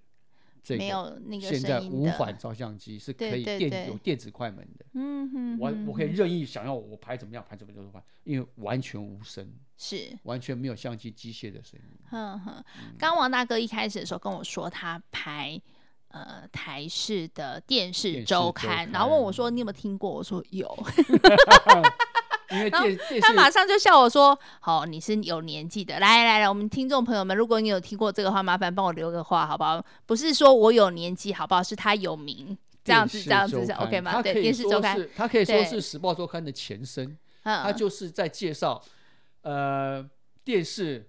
Speaker 2: 这个
Speaker 1: 没有那个
Speaker 2: 现在
Speaker 1: 声音
Speaker 2: 无
Speaker 1: 的，
Speaker 2: 反照相机是可
Speaker 1: 对
Speaker 2: 以
Speaker 1: 对
Speaker 2: 电
Speaker 1: 对
Speaker 2: 有电子快门的，
Speaker 1: 嗯哼
Speaker 2: 我
Speaker 1: 哼
Speaker 2: 我可以
Speaker 1: 哼
Speaker 2: 任意想要我拍怎么样拍怎么样就拍，因为完全无声，
Speaker 1: 是
Speaker 2: 完全没有相机机械的声音。
Speaker 1: 哼哼，
Speaker 2: 嗯
Speaker 1: 刚王大哥一开始的时候跟我说，他拍呃台式的电视
Speaker 2: 电视
Speaker 1: 周
Speaker 2: 周
Speaker 1: 刊，
Speaker 2: 刊
Speaker 1: 然后问我说你有没有听过？我说 有，
Speaker 2: 因为
Speaker 1: 然后
Speaker 2: 电电
Speaker 1: 他马
Speaker 2: 视
Speaker 1: 上就笑我说：“好、你是有年纪的。来来来，我们听众朋友们，如果你有听过这个话，麻烦帮我留个话好不好？不是说我有年纪好不好？是他有名，这样子这样子
Speaker 2: 电
Speaker 1: 是
Speaker 2: 视周刊
Speaker 1: OK 吗？
Speaker 2: 它
Speaker 1: 对，
Speaker 2: 可以
Speaker 1: 电视周
Speaker 2: 说
Speaker 1: 刊，
Speaker 2: 是，它可以说
Speaker 1: 对
Speaker 2: 是《时报周刊》的前身。他
Speaker 1: 嗯，
Speaker 2: 就是在介绍，呃，电视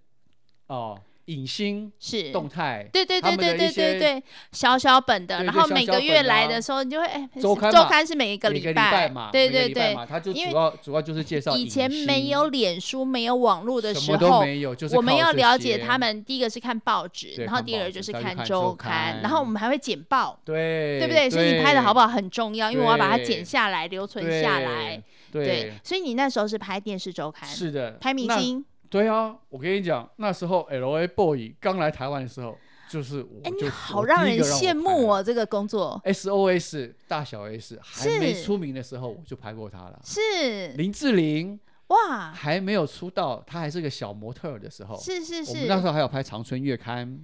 Speaker 2: 哦，影星
Speaker 1: 是。”
Speaker 2: 动态
Speaker 1: 对对
Speaker 2: 他
Speaker 1: 对对
Speaker 2: 们的
Speaker 1: 对
Speaker 2: 一
Speaker 1: 对
Speaker 2: 些
Speaker 1: 对，小小本的，
Speaker 2: 对
Speaker 1: 然
Speaker 2: 对
Speaker 1: 后
Speaker 2: 小
Speaker 1: 每
Speaker 2: 小
Speaker 1: 个月
Speaker 2: 本的
Speaker 1: 来
Speaker 2: 啊
Speaker 1: 的时候，你就会哎，
Speaker 2: 周刊
Speaker 1: 周
Speaker 2: 嘛
Speaker 1: 刊是每一个
Speaker 2: 每个
Speaker 1: 礼
Speaker 2: 礼拜嘛，
Speaker 1: 对
Speaker 2: 每个
Speaker 1: 对
Speaker 2: 礼拜
Speaker 1: 对，
Speaker 2: 嘛，他就主
Speaker 1: 因为
Speaker 2: 要主要就是介绍
Speaker 1: 以
Speaker 2: 影
Speaker 1: 前没
Speaker 2: 星
Speaker 1: 有脸书、没有网络的
Speaker 2: 什
Speaker 1: 时
Speaker 2: 么都
Speaker 1: 候，
Speaker 2: 没有，就是
Speaker 1: 我们
Speaker 2: 靠
Speaker 1: 要
Speaker 2: 这
Speaker 1: 了解
Speaker 2: 些
Speaker 1: 他，们。第一个是看报纸，
Speaker 2: 对
Speaker 1: 然后
Speaker 2: 看
Speaker 1: 第二
Speaker 2: 报
Speaker 1: 个
Speaker 2: 纸
Speaker 1: 就是
Speaker 2: 再去看
Speaker 1: 周
Speaker 2: 周刊
Speaker 1: 然后我们还会剪报，
Speaker 2: 对
Speaker 1: 对不对？所以你拍的好不
Speaker 2: 好？
Speaker 1: 好很重要，因为我要把它剪
Speaker 2: 对
Speaker 1: 下来、留存
Speaker 2: 对
Speaker 1: 下来。，对
Speaker 2: 对，，
Speaker 1: 所以你那时候是拍电视周刊，
Speaker 2: 是的，
Speaker 1: 拍明
Speaker 2: 那。
Speaker 1: 星。
Speaker 2: 对啊，我跟你讲，那时候 L A Boy 刚来台湾的时候，就是我
Speaker 1: 哎，你
Speaker 2: 就
Speaker 1: 好让人羡慕
Speaker 2: 哦。
Speaker 1: 哦，这个工作
Speaker 2: S O S 大小 S 还没
Speaker 1: 是
Speaker 2: 出名的时候，我就拍过他了。
Speaker 1: 是
Speaker 2: 林志玲
Speaker 1: 哇，
Speaker 2: 还没有出道，她还是个小模特儿的时候，
Speaker 1: 是是
Speaker 2: 我们那时
Speaker 1: 是。
Speaker 2: 候还有拍《长春月刊》，《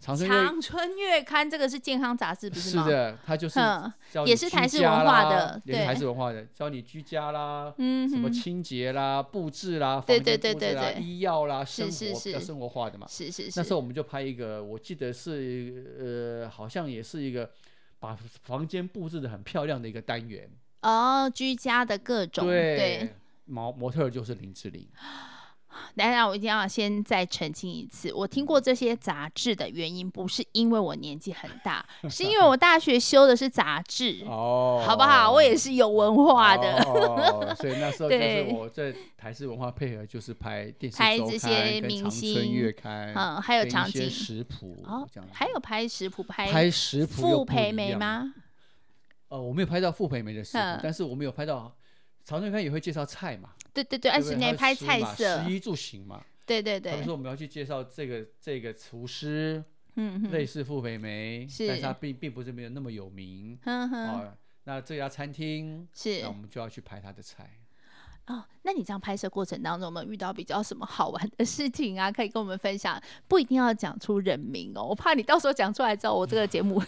Speaker 2: 长春月》
Speaker 1: 长春月刊这个是健康杂志，不
Speaker 2: 是
Speaker 1: 吗？
Speaker 2: 的，它就是
Speaker 1: 嗯
Speaker 2: 教你
Speaker 1: 也是
Speaker 2: 居
Speaker 1: 台式
Speaker 2: 家
Speaker 1: 文化
Speaker 2: 啦
Speaker 1: 的
Speaker 2: 也是台
Speaker 1: 对
Speaker 2: 式文化的，教你居家啦，
Speaker 1: 嗯
Speaker 2: 什么
Speaker 1: 哼，
Speaker 2: 清洁啦、布置啦、
Speaker 1: 对
Speaker 2: 房间
Speaker 1: 对
Speaker 2: 布
Speaker 1: 对
Speaker 2: 置啦、
Speaker 1: 对对
Speaker 2: 医药啦，
Speaker 1: 是
Speaker 2: 生
Speaker 1: 是
Speaker 2: 活比较
Speaker 1: 是
Speaker 2: 生活化的嘛。
Speaker 1: 是是是。
Speaker 2: 那时候我们就拍一个，我记得是呃，好像也是一个把房间布置的很漂亮的一个单元，
Speaker 1: 哦，居家的各种对。
Speaker 2: 模模特儿就是林志玲，
Speaker 1: 等一下，我一定要先再澄清一次，我听过这些杂志的原因，不是因为我年纪很大，是因为我大学修的是杂志，
Speaker 2: 哦
Speaker 1: 好不好？我也是有文化的，
Speaker 2: 哦，所以那时候就是
Speaker 1: 对
Speaker 2: 我在台视文化配合，就是拍电视
Speaker 1: 拍
Speaker 2: 周
Speaker 1: 这
Speaker 2: 刊
Speaker 1: 些
Speaker 2: 跟
Speaker 1: 明
Speaker 2: 长春
Speaker 1: 星
Speaker 2: 月刊，
Speaker 1: 嗯，还有
Speaker 2: 跟一
Speaker 1: 场
Speaker 2: 些
Speaker 1: 景，
Speaker 2: 食谱，
Speaker 1: 哦
Speaker 2: 这样，子
Speaker 1: 还有拍食谱，
Speaker 2: 拍食谱又
Speaker 1: 傅
Speaker 2: 不
Speaker 1: 培
Speaker 2: 一
Speaker 1: 梅
Speaker 2: 样？
Speaker 1: 吗？
Speaker 2: 呃，我没有拍到傅培梅的食谱
Speaker 1: 嗯，
Speaker 2: 但是我们有拍到长春月刊也会介绍菜嘛，
Speaker 1: 对对对，
Speaker 2: 对
Speaker 1: 二
Speaker 2: 不
Speaker 1: 十
Speaker 2: 对
Speaker 1: 年
Speaker 2: 还
Speaker 1: 拍
Speaker 2: 有食
Speaker 1: 菜
Speaker 2: 嘛
Speaker 1: 色，
Speaker 2: 食衣住行嘛，
Speaker 1: 对对
Speaker 2: 他们
Speaker 1: 对，
Speaker 2: 说我们要去介绍这个这个厨师，
Speaker 1: 嗯
Speaker 2: 类
Speaker 1: 哼，
Speaker 2: 似傅培梅，
Speaker 1: 是
Speaker 2: 但是他并并不是没有那么有名
Speaker 1: 哼哼，
Speaker 2: 啊。那这家餐厅，
Speaker 1: 是
Speaker 2: 那我们就要去拍他的菜。
Speaker 1: 哦。那你这样拍摄过程当中，有没有遇到比较什么好玩的事情啊？可以跟我们分享，不一定要讲出人名哦，我怕你到时候讲出来之后，我这个节 目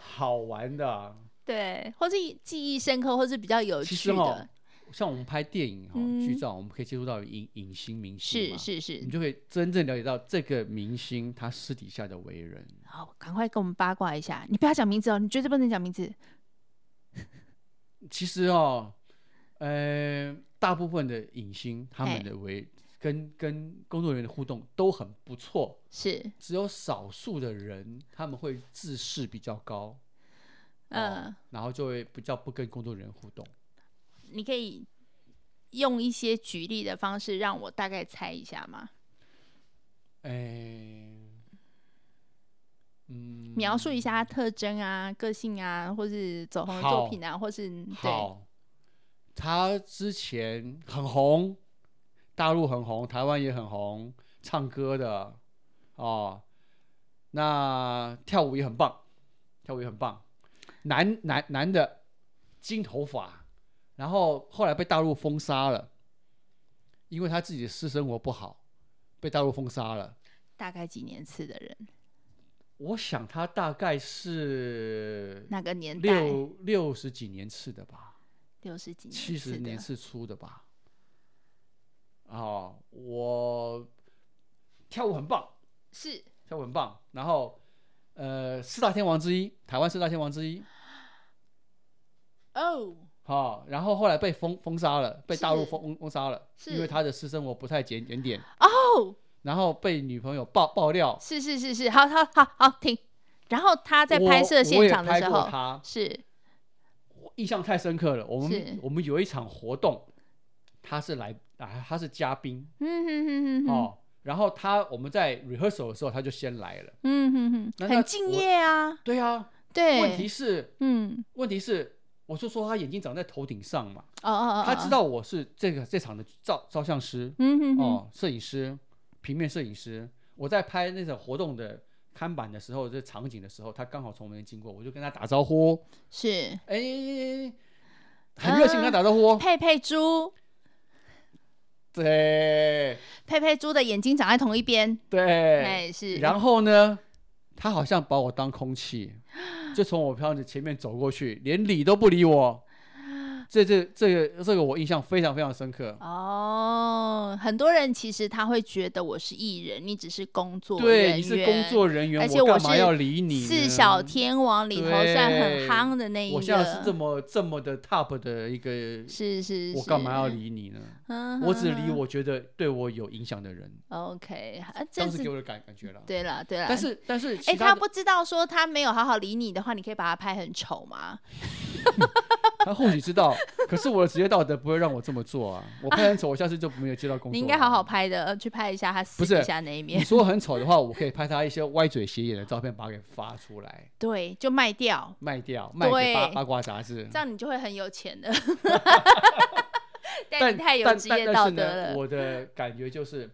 Speaker 2: 好玩的啊、
Speaker 1: 对，或是记忆深刻，或是比较有
Speaker 2: 其
Speaker 1: 趣
Speaker 2: 实哈
Speaker 1: 的，，
Speaker 2: 像我们拍电影哈、
Speaker 1: 嗯
Speaker 2: 剧照，我们可以接触到影影星明星
Speaker 1: 是
Speaker 2: 嘛，
Speaker 1: 是
Speaker 2: 你
Speaker 1: 是。
Speaker 2: 就可以真正了解到这个明星他私底下的为人。
Speaker 1: 好，赶快跟我们八卦一下，你不要讲名字哦，你绝对不能讲名字。
Speaker 2: 其实哦，呃，大部分的影星他
Speaker 1: 哎
Speaker 2: 们的为跟跟工作人员的互动都很不错，
Speaker 1: 是，
Speaker 2: 只有少数的人他们会自视比较高，
Speaker 1: 嗯、
Speaker 2: 哦然后就会比较不跟工作人员互动。
Speaker 1: 你可以用一些举例的方式让我大概猜一下吗？
Speaker 2: 哎，嗯，
Speaker 1: 描述一下他特征啊、个性啊，或是走红的作品啊，或是对
Speaker 2: 好，他之前很红，大陆很红，台湾也很红，唱歌的哦，那跳舞也很棒，跳舞也很棒，男男男的金头发，然后后来被大陆封杀了，因为他自己的私生活不好，被大陆封杀了。
Speaker 1: 大概几年次的人，
Speaker 2: 我想他大概是
Speaker 1: 哪个年代？
Speaker 2: 六六十几年次的吧。
Speaker 1: 六十几年次
Speaker 2: 七
Speaker 1: 的，
Speaker 2: 十年次出的吧。哦，我跳舞很棒，
Speaker 1: 是
Speaker 2: 跳舞很棒。然后，呃，四大天王之一，台湾四大天王之一。
Speaker 1: 哦，
Speaker 2: 哦，然后后来被封封杀了，被大陆
Speaker 1: 是
Speaker 2: 封封杀了，因
Speaker 1: 是
Speaker 2: 为他的私生活不太检检点，
Speaker 1: 哦，
Speaker 2: 然后被女朋友爆爆料。
Speaker 1: 是是是是，好好好好停。然后他在拍摄
Speaker 2: 我我
Speaker 1: 现
Speaker 2: 也
Speaker 1: 场的
Speaker 2: 拍
Speaker 1: 时
Speaker 2: 过
Speaker 1: 候，
Speaker 2: 他
Speaker 1: 是
Speaker 2: 我印象太深刻了。我
Speaker 1: 是
Speaker 2: 们我们有一场活动，他是来啊，他是嘉宾、
Speaker 1: 嗯哼哼哼哼，
Speaker 2: 哦。然后他我们在 rehearsal 的时候，他就先来了。
Speaker 1: 嗯哼
Speaker 2: 那
Speaker 1: 哼，
Speaker 2: 那
Speaker 1: 很敬
Speaker 2: 我
Speaker 1: 业啊，
Speaker 2: 对啊，
Speaker 1: 对，
Speaker 2: 问题是，
Speaker 1: 嗯，
Speaker 2: 问题是，我就说他眼睛长在头顶上嘛，
Speaker 1: 哦哦哦，
Speaker 2: 他知
Speaker 1: 哦，
Speaker 2: 道我是这个这场的照照相师
Speaker 1: 嗯哼哼，
Speaker 2: 哦，摄影师，平面摄影师。我在拍那种活动的看板的时候，这场景的时候，他刚好从我们经过，我就跟他打招呼，
Speaker 1: 是
Speaker 2: 哎，很热情跟他打招呼，
Speaker 1: 佩佩猪，
Speaker 2: 对
Speaker 1: 佩佩猪的眼睛长在同一边，
Speaker 2: 对。
Speaker 1: 哎是，
Speaker 2: 然后呢，他好像把我当 空气，就从我票子前面走过去，连理都不理我。这这这个这个我印象非常非常深刻。
Speaker 1: 哦，很多人其实他会觉得我是艺人，你只是工作
Speaker 2: 对，
Speaker 1: 人
Speaker 2: 你是工
Speaker 1: 员
Speaker 2: 作人员，
Speaker 1: 而且我
Speaker 2: 干嘛
Speaker 1: 是
Speaker 2: 要理你呢？
Speaker 1: 四小天王里头算很
Speaker 2: 对
Speaker 1: 夯的那一个，
Speaker 2: 我现在是这么这么的 top 的一个，
Speaker 1: 是是
Speaker 2: 我干嘛要？理你呢？
Speaker 1: 嗯
Speaker 2: 我只理
Speaker 1: 哼
Speaker 2: 我觉得对我有影响的人，
Speaker 1: 哼 OK 啊，这
Speaker 2: 当
Speaker 1: 样
Speaker 2: 时
Speaker 1: 子
Speaker 2: 给我的感感觉了。
Speaker 1: 对了对了，
Speaker 2: 但是但是
Speaker 1: 哎、
Speaker 2: 其
Speaker 1: 他
Speaker 2: 他的，
Speaker 1: 不知道说他没有好好理你的话，你可以把他拍很丑吗？
Speaker 2: 他或许知道，可是我的职业道德不会让我这么做啊。 我拍很丑，我下次就没有接到工作。啊
Speaker 1: 你应该好好。拍的，呃去拍一下他私
Speaker 2: 不是
Speaker 1: 底下那一
Speaker 2: 你
Speaker 1: 面，
Speaker 2: 说很丑的话，我可以拍他一些歪嘴斜眼的照片，把它给发出来，
Speaker 1: 对，就卖掉，
Speaker 2: 卖掉，卖给八
Speaker 1: 对
Speaker 2: 八卦杂志
Speaker 1: 这。样你就会很有钱 的。但
Speaker 2: 但
Speaker 1: 你太有
Speaker 2: 但
Speaker 1: 职
Speaker 2: 但
Speaker 1: 业
Speaker 2: 但
Speaker 1: 道
Speaker 2: 是
Speaker 1: 德
Speaker 2: 呢
Speaker 1: 了，
Speaker 2: 我的感觉就是，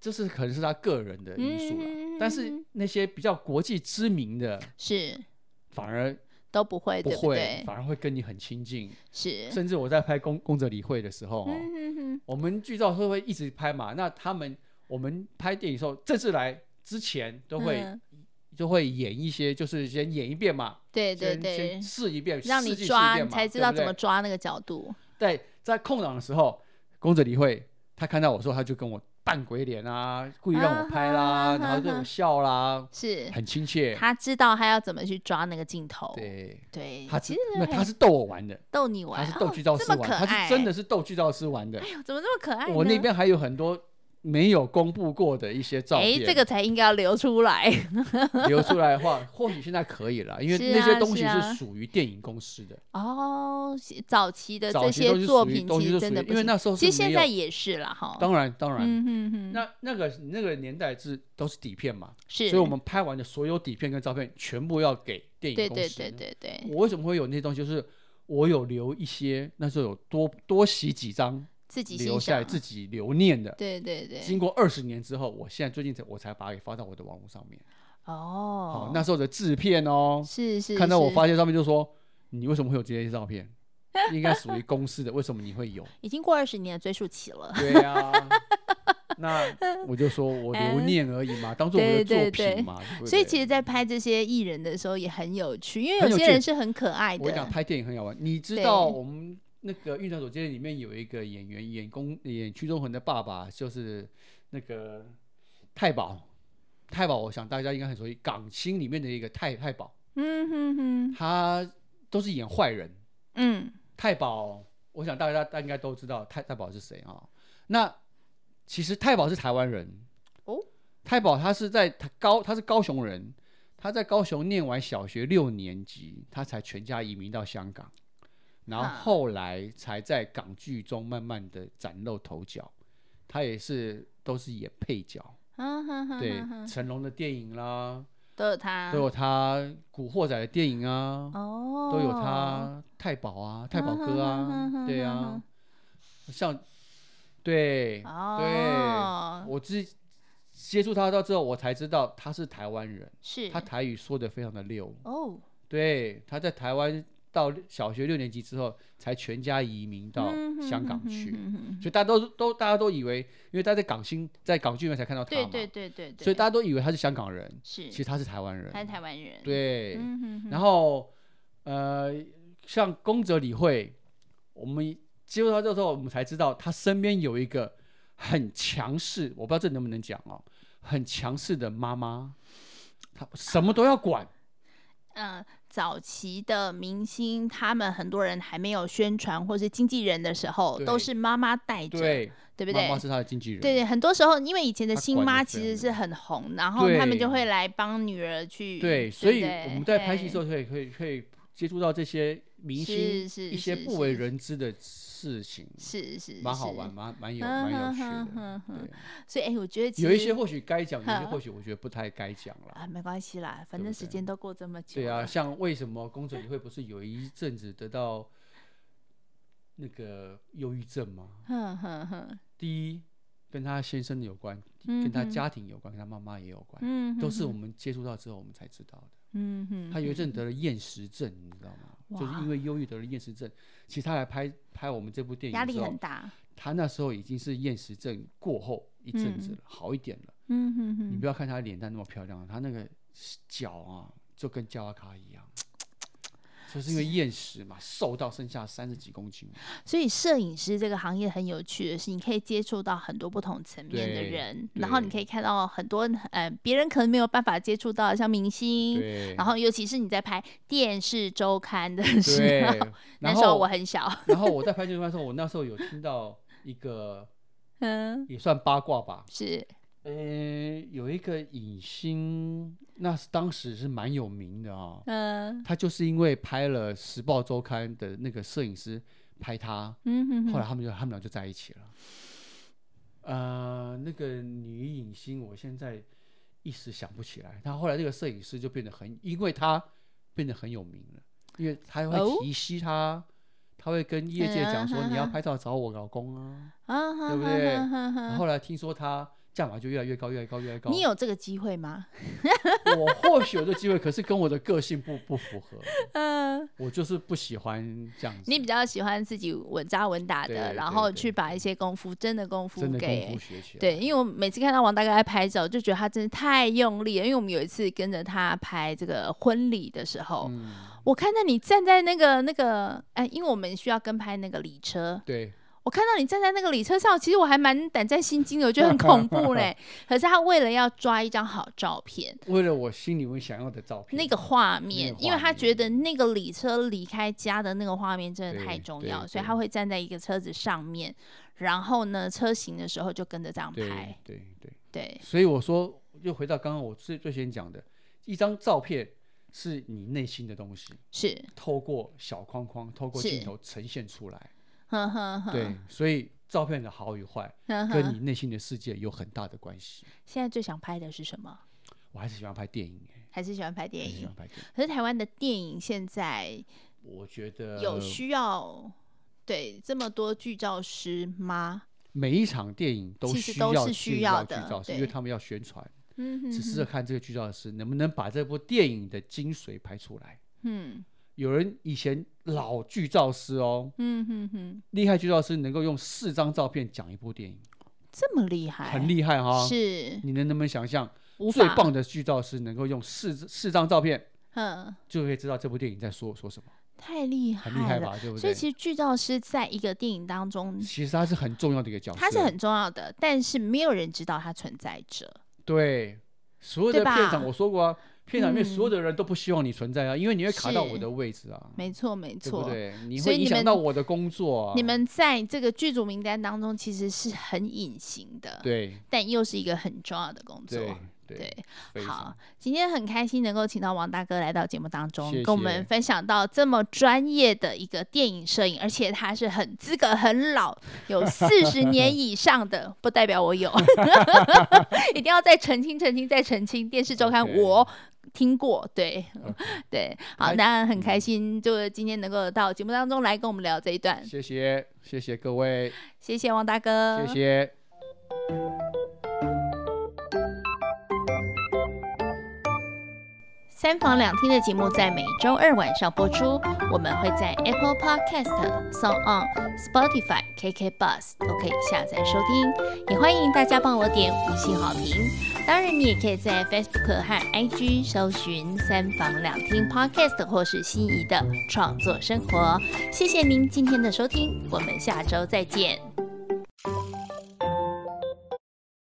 Speaker 2: 这是可能是他个人的因素了。
Speaker 1: 嗯
Speaker 2: 但是那些比较国际知名的，
Speaker 1: 是
Speaker 2: 反而
Speaker 1: 都不会，
Speaker 2: 不
Speaker 1: 对
Speaker 2: 会，
Speaker 1: 对？
Speaker 2: 反而会跟你很亲近。
Speaker 1: 是，
Speaker 2: 甚至我在拍公公者理会的时候、哦，
Speaker 1: 嗯哼哼，
Speaker 2: 我们剧照会会一直拍嘛。那他们我们拍电影的时候，正式来之前都会、
Speaker 1: 嗯
Speaker 2: 就会演一些，就是先演一遍嘛，
Speaker 1: 对对
Speaker 2: 先
Speaker 1: 对
Speaker 2: 先，试一遍，
Speaker 1: 让
Speaker 2: 试
Speaker 1: 你
Speaker 2: 镜试一
Speaker 1: 抓，
Speaker 2: 遍
Speaker 1: 你
Speaker 2: 嘛
Speaker 1: 才知道
Speaker 2: 对
Speaker 1: 怎
Speaker 2: 不
Speaker 1: 么
Speaker 2: 对
Speaker 1: 抓那个角度。
Speaker 2: 对，在空档的时候，宫泽理惠他看到我说，他就跟我扮鬼脸啊，故意让我拍啦，
Speaker 1: 啊哈
Speaker 2: 然后对
Speaker 1: 哈
Speaker 2: 我笑啦，
Speaker 1: 是
Speaker 2: 很亲切。
Speaker 1: 他知道他要怎么去抓那个镜头，
Speaker 2: 对，
Speaker 1: 对，
Speaker 2: 他
Speaker 1: 其
Speaker 2: 是
Speaker 1: 实
Speaker 2: 那
Speaker 1: 很
Speaker 2: 他是逗我玩的，
Speaker 1: 逗你
Speaker 2: 他
Speaker 1: 玩，
Speaker 2: 是逗
Speaker 1: 哦
Speaker 2: 剧照
Speaker 1: 这
Speaker 2: 师
Speaker 1: 么
Speaker 2: 玩，
Speaker 1: 可
Speaker 2: 他
Speaker 1: 爱
Speaker 2: 是真的是逗剧照师玩的。
Speaker 1: 哎呦怎么这么可爱呢？
Speaker 2: 我那边还有很多没有公布过的一些照
Speaker 1: 哎，
Speaker 2: 片，
Speaker 1: 这个才应该要流出来，
Speaker 2: 流出来的话，或许现在可以了，因为
Speaker 1: 是
Speaker 2: 那
Speaker 1: 啊
Speaker 2: 些东
Speaker 1: 是
Speaker 2: 西
Speaker 1: 啊
Speaker 2: 是属于电影公司的，
Speaker 1: 哦，早期的
Speaker 2: 早
Speaker 1: 这
Speaker 2: 期都
Speaker 1: 些
Speaker 2: 是
Speaker 1: 作
Speaker 2: 属于
Speaker 1: 品
Speaker 2: 东
Speaker 1: 其
Speaker 2: 西
Speaker 1: 实
Speaker 2: 都
Speaker 1: 真
Speaker 2: 属
Speaker 1: 的
Speaker 2: 于，
Speaker 1: 不
Speaker 2: 因为
Speaker 1: 行，
Speaker 2: 那时候
Speaker 1: 其实
Speaker 2: 是没
Speaker 1: 现在
Speaker 2: 有，
Speaker 1: 也是了哈。
Speaker 2: 当然当然，
Speaker 1: 嗯哼哼，
Speaker 2: 那那个那个年代是都是底片嘛，
Speaker 1: 是，
Speaker 2: 所以我们拍完的所有底片跟照片全部要给电
Speaker 1: 对
Speaker 2: 影公
Speaker 1: 对
Speaker 2: 司。
Speaker 1: 对对对，
Speaker 2: 我为什么会有那些东西？就是我有留一些，那时候有多多洗几张
Speaker 1: 自己
Speaker 2: 留
Speaker 1: 欣
Speaker 2: 下来
Speaker 1: 赏，
Speaker 2: 自己留念的。
Speaker 1: 对对啊对
Speaker 2: 经，过二十年之后，我现在最近才我才把它给发到我的网络上面。好、
Speaker 1: 哦，
Speaker 2: 那时候的制片哦，
Speaker 1: 是是
Speaker 2: 看到我
Speaker 1: 是
Speaker 2: 发现上面就说你为什么会有这些照片？应该属于公司的，为什么你会有？
Speaker 1: 已经过二十年的追溯期了，
Speaker 2: 对呀、 那我就说我留念而已嘛，当做我的作
Speaker 1: 嗯对对对
Speaker 2: 品嘛。对不
Speaker 1: 所以
Speaker 2: 对
Speaker 1: 其实，在拍这些艺人的时候也很有趣，因为
Speaker 2: 很
Speaker 1: 有
Speaker 2: 有
Speaker 1: 些
Speaker 2: 趣
Speaker 1: 人是很可爱
Speaker 2: 我跟你
Speaker 1: 的
Speaker 2: 讲，，拍电影很好玩。你知
Speaker 1: 哎对
Speaker 2: 道我们那个《运转总监》里面有一个演员演公演屈中恒的爸爸，就是那个太保。太保，我想大家应该很熟悉，港星里面的一个太太保，
Speaker 1: 嗯哼哼，
Speaker 2: 他都是演坏人。
Speaker 1: 嗯，
Speaker 2: 太保，我想大家大家应该都知道太太保是谁啊、那其实太保是台湾人
Speaker 1: 哦，
Speaker 2: 太保他是在他高他是高雄人，他在高雄念完小学六年级，他才全家移民到香港，然后
Speaker 1: 啊
Speaker 2: 后来才在港剧中慢慢的崭露头角。他也是都是演配角，
Speaker 1: 啊哈哈
Speaker 2: 对
Speaker 1: 哈哈，
Speaker 2: 成龙的电影啦，
Speaker 1: 都有他，
Speaker 2: 都有他《古惑仔》的电影啊，
Speaker 1: 哦，
Speaker 2: 都有，他太保啊，太保哥啊，对啊，像对
Speaker 1: 啊哦，
Speaker 2: 我之接触他到之后，我才知道他是台湾人，
Speaker 1: 是
Speaker 2: 他台语说的非常的溜，
Speaker 1: 哦，
Speaker 2: 对，他在台湾到小学六年级之后，才全家移民到香港去，
Speaker 1: 嗯嗯哼哼哼哼
Speaker 2: 所以大家都都大家都以为，因为他在港星在港剧里面才看到他
Speaker 1: 对
Speaker 2: 嘛，
Speaker 1: 对对对对，
Speaker 2: 所以大家都以为他是香港人，
Speaker 1: 是
Speaker 2: 其实他是台湾人，
Speaker 1: 他是台湾人，，
Speaker 2: 对，
Speaker 1: 嗯哼哼，
Speaker 2: 然后呃，像宫泽理惠，我们接触到这之后，我们才知道他身边有一个很强势，我不知道这能不能讲哦，很强势的妈妈，她什么都 要管，
Speaker 1: 嗯，早期的明星，他们很多人还没有宣传或是经纪人的时候，
Speaker 2: 对
Speaker 1: 都是妈妈带着，对
Speaker 2: 对，
Speaker 1: 不
Speaker 2: 妈
Speaker 1: 对
Speaker 2: 妈？是他的经纪人，
Speaker 1: 对对，很多时候因为以前的
Speaker 2: 她
Speaker 1: 新
Speaker 2: 管得
Speaker 1: 妈
Speaker 2: 非
Speaker 1: 其
Speaker 2: 常
Speaker 1: 实是
Speaker 2: 多
Speaker 1: 很红，然后他们就
Speaker 2: 对
Speaker 1: 会来帮女儿去，
Speaker 2: 对
Speaker 1: 不
Speaker 2: 所以
Speaker 1: 对
Speaker 2: 我们在拍戏的时
Speaker 1: 嘿
Speaker 2: 候可以可以可以接触到这些明星
Speaker 1: 是是
Speaker 2: 一些
Speaker 1: 是
Speaker 2: 不为
Speaker 1: 是
Speaker 2: 人知的事情，
Speaker 1: 是是
Speaker 2: 蛮好玩，
Speaker 1: 是
Speaker 2: 蛮蛮有
Speaker 1: 哼
Speaker 2: 蛮有
Speaker 1: 哼
Speaker 2: 趣
Speaker 1: 哼
Speaker 2: 的
Speaker 1: 哼哼，
Speaker 2: 对。
Speaker 1: 所以哎，我觉得其
Speaker 2: 有一些
Speaker 1: 实
Speaker 2: 或许该讲，有一些
Speaker 1: 哼
Speaker 2: 或许我觉得不太该讲啦。
Speaker 1: 啊，没关系啦，反
Speaker 2: 对
Speaker 1: 正
Speaker 2: 不
Speaker 1: 时
Speaker 2: 对
Speaker 1: 间都过这么久
Speaker 2: 对啊，
Speaker 1: 了，
Speaker 2: 像为什么宫泽理惠不是有一阵子得到那个忧郁症吗？
Speaker 1: 哼哼哼，
Speaker 2: 第一，跟她先生有关，
Speaker 1: 嗯
Speaker 2: 跟她
Speaker 1: 哼
Speaker 2: 家庭有关，跟她妈妈也有关，
Speaker 1: 嗯，
Speaker 2: 都
Speaker 1: 哼
Speaker 2: 是我
Speaker 1: 哼，
Speaker 2: 们接触到之后我们才知道的。
Speaker 1: 嗯哼，
Speaker 2: 她有一
Speaker 1: 哼
Speaker 2: 阵得了厌食症，你知道吗？就是
Speaker 1: 哇
Speaker 2: 因为忧郁得了厌食症。其实她来拍拍我们这部电影
Speaker 1: 压
Speaker 2: 的
Speaker 1: 力
Speaker 2: 时
Speaker 1: 很
Speaker 2: 候，
Speaker 1: 大，
Speaker 2: 她那时候已经是厌食症过后一阵
Speaker 1: 嗯
Speaker 2: 子了，好一点了。
Speaker 1: 嗯哼哼，
Speaker 2: 你不要看她脸蛋那么漂亮，她那个脚啊，就跟焦阿卡一样，就是因为厌食嘛，瘦到剩下三十几公斤。
Speaker 1: 所以摄影师这个行业很有趣的是，你可以接触到很多不同层面的
Speaker 2: 对
Speaker 1: 人，然后你
Speaker 2: 对
Speaker 1: 可以看到很多呃别人可能没有办法接触到的，像明星。
Speaker 2: 对
Speaker 1: 然后，尤其是你在拍电视周刊的时 候，
Speaker 2: 对，
Speaker 1: 那
Speaker 2: 然
Speaker 1: 时候
Speaker 2: 后
Speaker 1: 我很小，
Speaker 2: 然后我在拍这段的时候，我那时候有听到一个
Speaker 1: 嗯，
Speaker 2: 也算八卦吧，
Speaker 1: 是
Speaker 2: 呃，有一个影星，那是当时是蛮有名的啊、
Speaker 1: 嗯
Speaker 2: 他就是因为拍了《时报周刊》的那个摄影师拍他，
Speaker 1: 嗯哼
Speaker 2: 后
Speaker 1: 哼，
Speaker 2: 来他们就他们俩就在一起了。呃，那个女影星，我现在一时想不起来。她后来那个摄影师就变得很，因为她变得很有名了，因为她
Speaker 1: 哦
Speaker 2: 会提携她，她会跟业界讲说
Speaker 1: 嗯
Speaker 2: 你要拍照找我老公啊。
Speaker 1: 啊哈
Speaker 2: 对不
Speaker 1: 哈
Speaker 2: 对
Speaker 1: 哈哈
Speaker 2: 然后
Speaker 1: 哈
Speaker 2: 后来听说她价码就越来越高，越来越高，越来越高。
Speaker 1: 嗯你有这个机会吗？
Speaker 2: 我或许有这机会，可是跟我的个性不不符合，
Speaker 1: 嗯，
Speaker 2: 我就是不喜欢这样子。
Speaker 1: 你比较喜欢自己稳扎稳打的，
Speaker 2: 对
Speaker 1: 然
Speaker 2: 对
Speaker 1: 后
Speaker 2: 对
Speaker 1: 去把一些功夫，真的功夫
Speaker 2: 真的
Speaker 1: 给
Speaker 2: 功夫学起来。
Speaker 1: 对，因为我每次看到王大哥在拍照，就觉得他真的太用力了。因为我们有一次跟着他拍这个婚礼的时候，
Speaker 2: 嗯，
Speaker 1: 我看到你站在那个那个，哎，因为我们需要跟拍那个礼车，
Speaker 2: 对，
Speaker 1: 我看到你站在那个礼车上，其实我还蛮胆战心惊的，我觉得很恐怖 嘞。可是他为了要抓一张好照片，
Speaker 2: 为了我心里面想要的照片，
Speaker 1: 那个画面
Speaker 2: 嗯那，个
Speaker 1: 因为
Speaker 2: 画
Speaker 1: 他
Speaker 2: 面
Speaker 1: 觉得那个礼车离开家的那个画面真的太
Speaker 2: 对
Speaker 1: 重
Speaker 2: 对
Speaker 1: 要，所以
Speaker 2: 对
Speaker 1: 他会站在一个车子上面，然后呢，车行的时候就跟着这样
Speaker 2: 对
Speaker 1: 拍。
Speaker 2: 对对，
Speaker 1: 对，
Speaker 2: 所以我说，又回到刚刚我最最先讲的，一张照片是你内心的东西，
Speaker 1: 是，
Speaker 2: 透过小框框，透过
Speaker 1: 是嗯
Speaker 2: 镜头呈现出来。
Speaker 1: 呵呵呵，
Speaker 2: 对，所以照片的好与坏
Speaker 1: 呵呵
Speaker 2: 跟你内心的世界有很大的关系。
Speaker 1: 现在最想拍的是什么？
Speaker 2: 我还是喜欢拍电影欸，
Speaker 1: 还是喜欢拍
Speaker 2: 还
Speaker 1: 电
Speaker 2: 是喜
Speaker 1: 影
Speaker 2: 欢？拍电影。
Speaker 1: 可是台湾的电影现在
Speaker 2: 我觉得
Speaker 1: 有需要对这么多剧照师吗？
Speaker 2: 每一场电影都
Speaker 1: 其实
Speaker 2: 需
Speaker 1: 都
Speaker 2: 要
Speaker 1: 是
Speaker 2: 去
Speaker 1: 需
Speaker 2: 到
Speaker 1: 要
Speaker 2: 剧
Speaker 1: 的
Speaker 2: 照师，因
Speaker 1: 对
Speaker 2: 为他们要宣传，
Speaker 1: 嗯哼
Speaker 2: 只是
Speaker 1: 哼
Speaker 2: 看这个剧照师能不能把这部电影的精髓拍出来。
Speaker 1: 嗯
Speaker 2: 有人以前老剧照师哦，
Speaker 1: 嗯哼哼，
Speaker 2: 厉害剧照师能够用四张照片讲一部电影，
Speaker 1: 这么厉害，
Speaker 2: 很厉害哈、
Speaker 1: 哎是
Speaker 2: 你能能不能想象
Speaker 1: 无
Speaker 2: 最
Speaker 1: 法
Speaker 2: 棒的剧照师能够用四四张照片
Speaker 1: 嗯，
Speaker 2: 就可以知道这部电影在说说什么，
Speaker 1: 太厉害
Speaker 2: 很
Speaker 1: 了，
Speaker 2: 厉害吧？对不
Speaker 1: 所以
Speaker 2: 对？
Speaker 1: 其实剧照师在一个电影当中，
Speaker 2: 其实它是很重要的一个角色，
Speaker 1: 它是很重要的，但是没有人知道它存在
Speaker 2: 嗯
Speaker 1: 着。
Speaker 2: 对，所有的
Speaker 1: 对吧
Speaker 2: 片场我说过啊，片场里面所
Speaker 1: 嗯
Speaker 2: 有的人都不希望你存在啊，因为你会卡到我
Speaker 1: 是
Speaker 2: 的位置啊，
Speaker 1: 没错，没
Speaker 2: 对不
Speaker 1: 错。
Speaker 2: 对？你
Speaker 1: 所
Speaker 2: 会
Speaker 1: 以
Speaker 2: 影
Speaker 1: 你
Speaker 2: 响
Speaker 1: 们
Speaker 2: 到我的工作啊。
Speaker 1: 你们在这个剧组名单当中其实是很隐形的，
Speaker 2: 对
Speaker 1: 但又是一个很重要的工作。
Speaker 2: 对对，
Speaker 1: 对，
Speaker 2: 非
Speaker 1: 好
Speaker 2: 常，
Speaker 1: 今天很开心能够请到王大哥来到节目当中，
Speaker 2: 谢谢
Speaker 1: 跟我们分享到这么专业的一个电影摄影，而且他是很资格很老，有四十 年以上的，不代表我有，一定要再澄清、澄清、再澄清。电视周刊
Speaker 2: OK
Speaker 1: 我。听过，对
Speaker 2: OK
Speaker 1: 对，好，
Speaker 2: 开嗯
Speaker 1: 那很开心，就是今天能够到节目当中来跟我们聊这一段，
Speaker 2: 谢谢谢谢各位，
Speaker 1: 谢谢王大哥，
Speaker 2: 谢谢。
Speaker 1: 三房两厅的节目在每周二晚上播出，我们会在 Apple Podcast、Song On、Spotify、KK Bus 都可以下载收听，也欢迎大家帮我点五星好评。当然，你也可以在 Facebook 和 IG 搜寻“三房两厅 Podcast” 或是心仪的创作生活。谢谢您今天的收听，我们下周再见。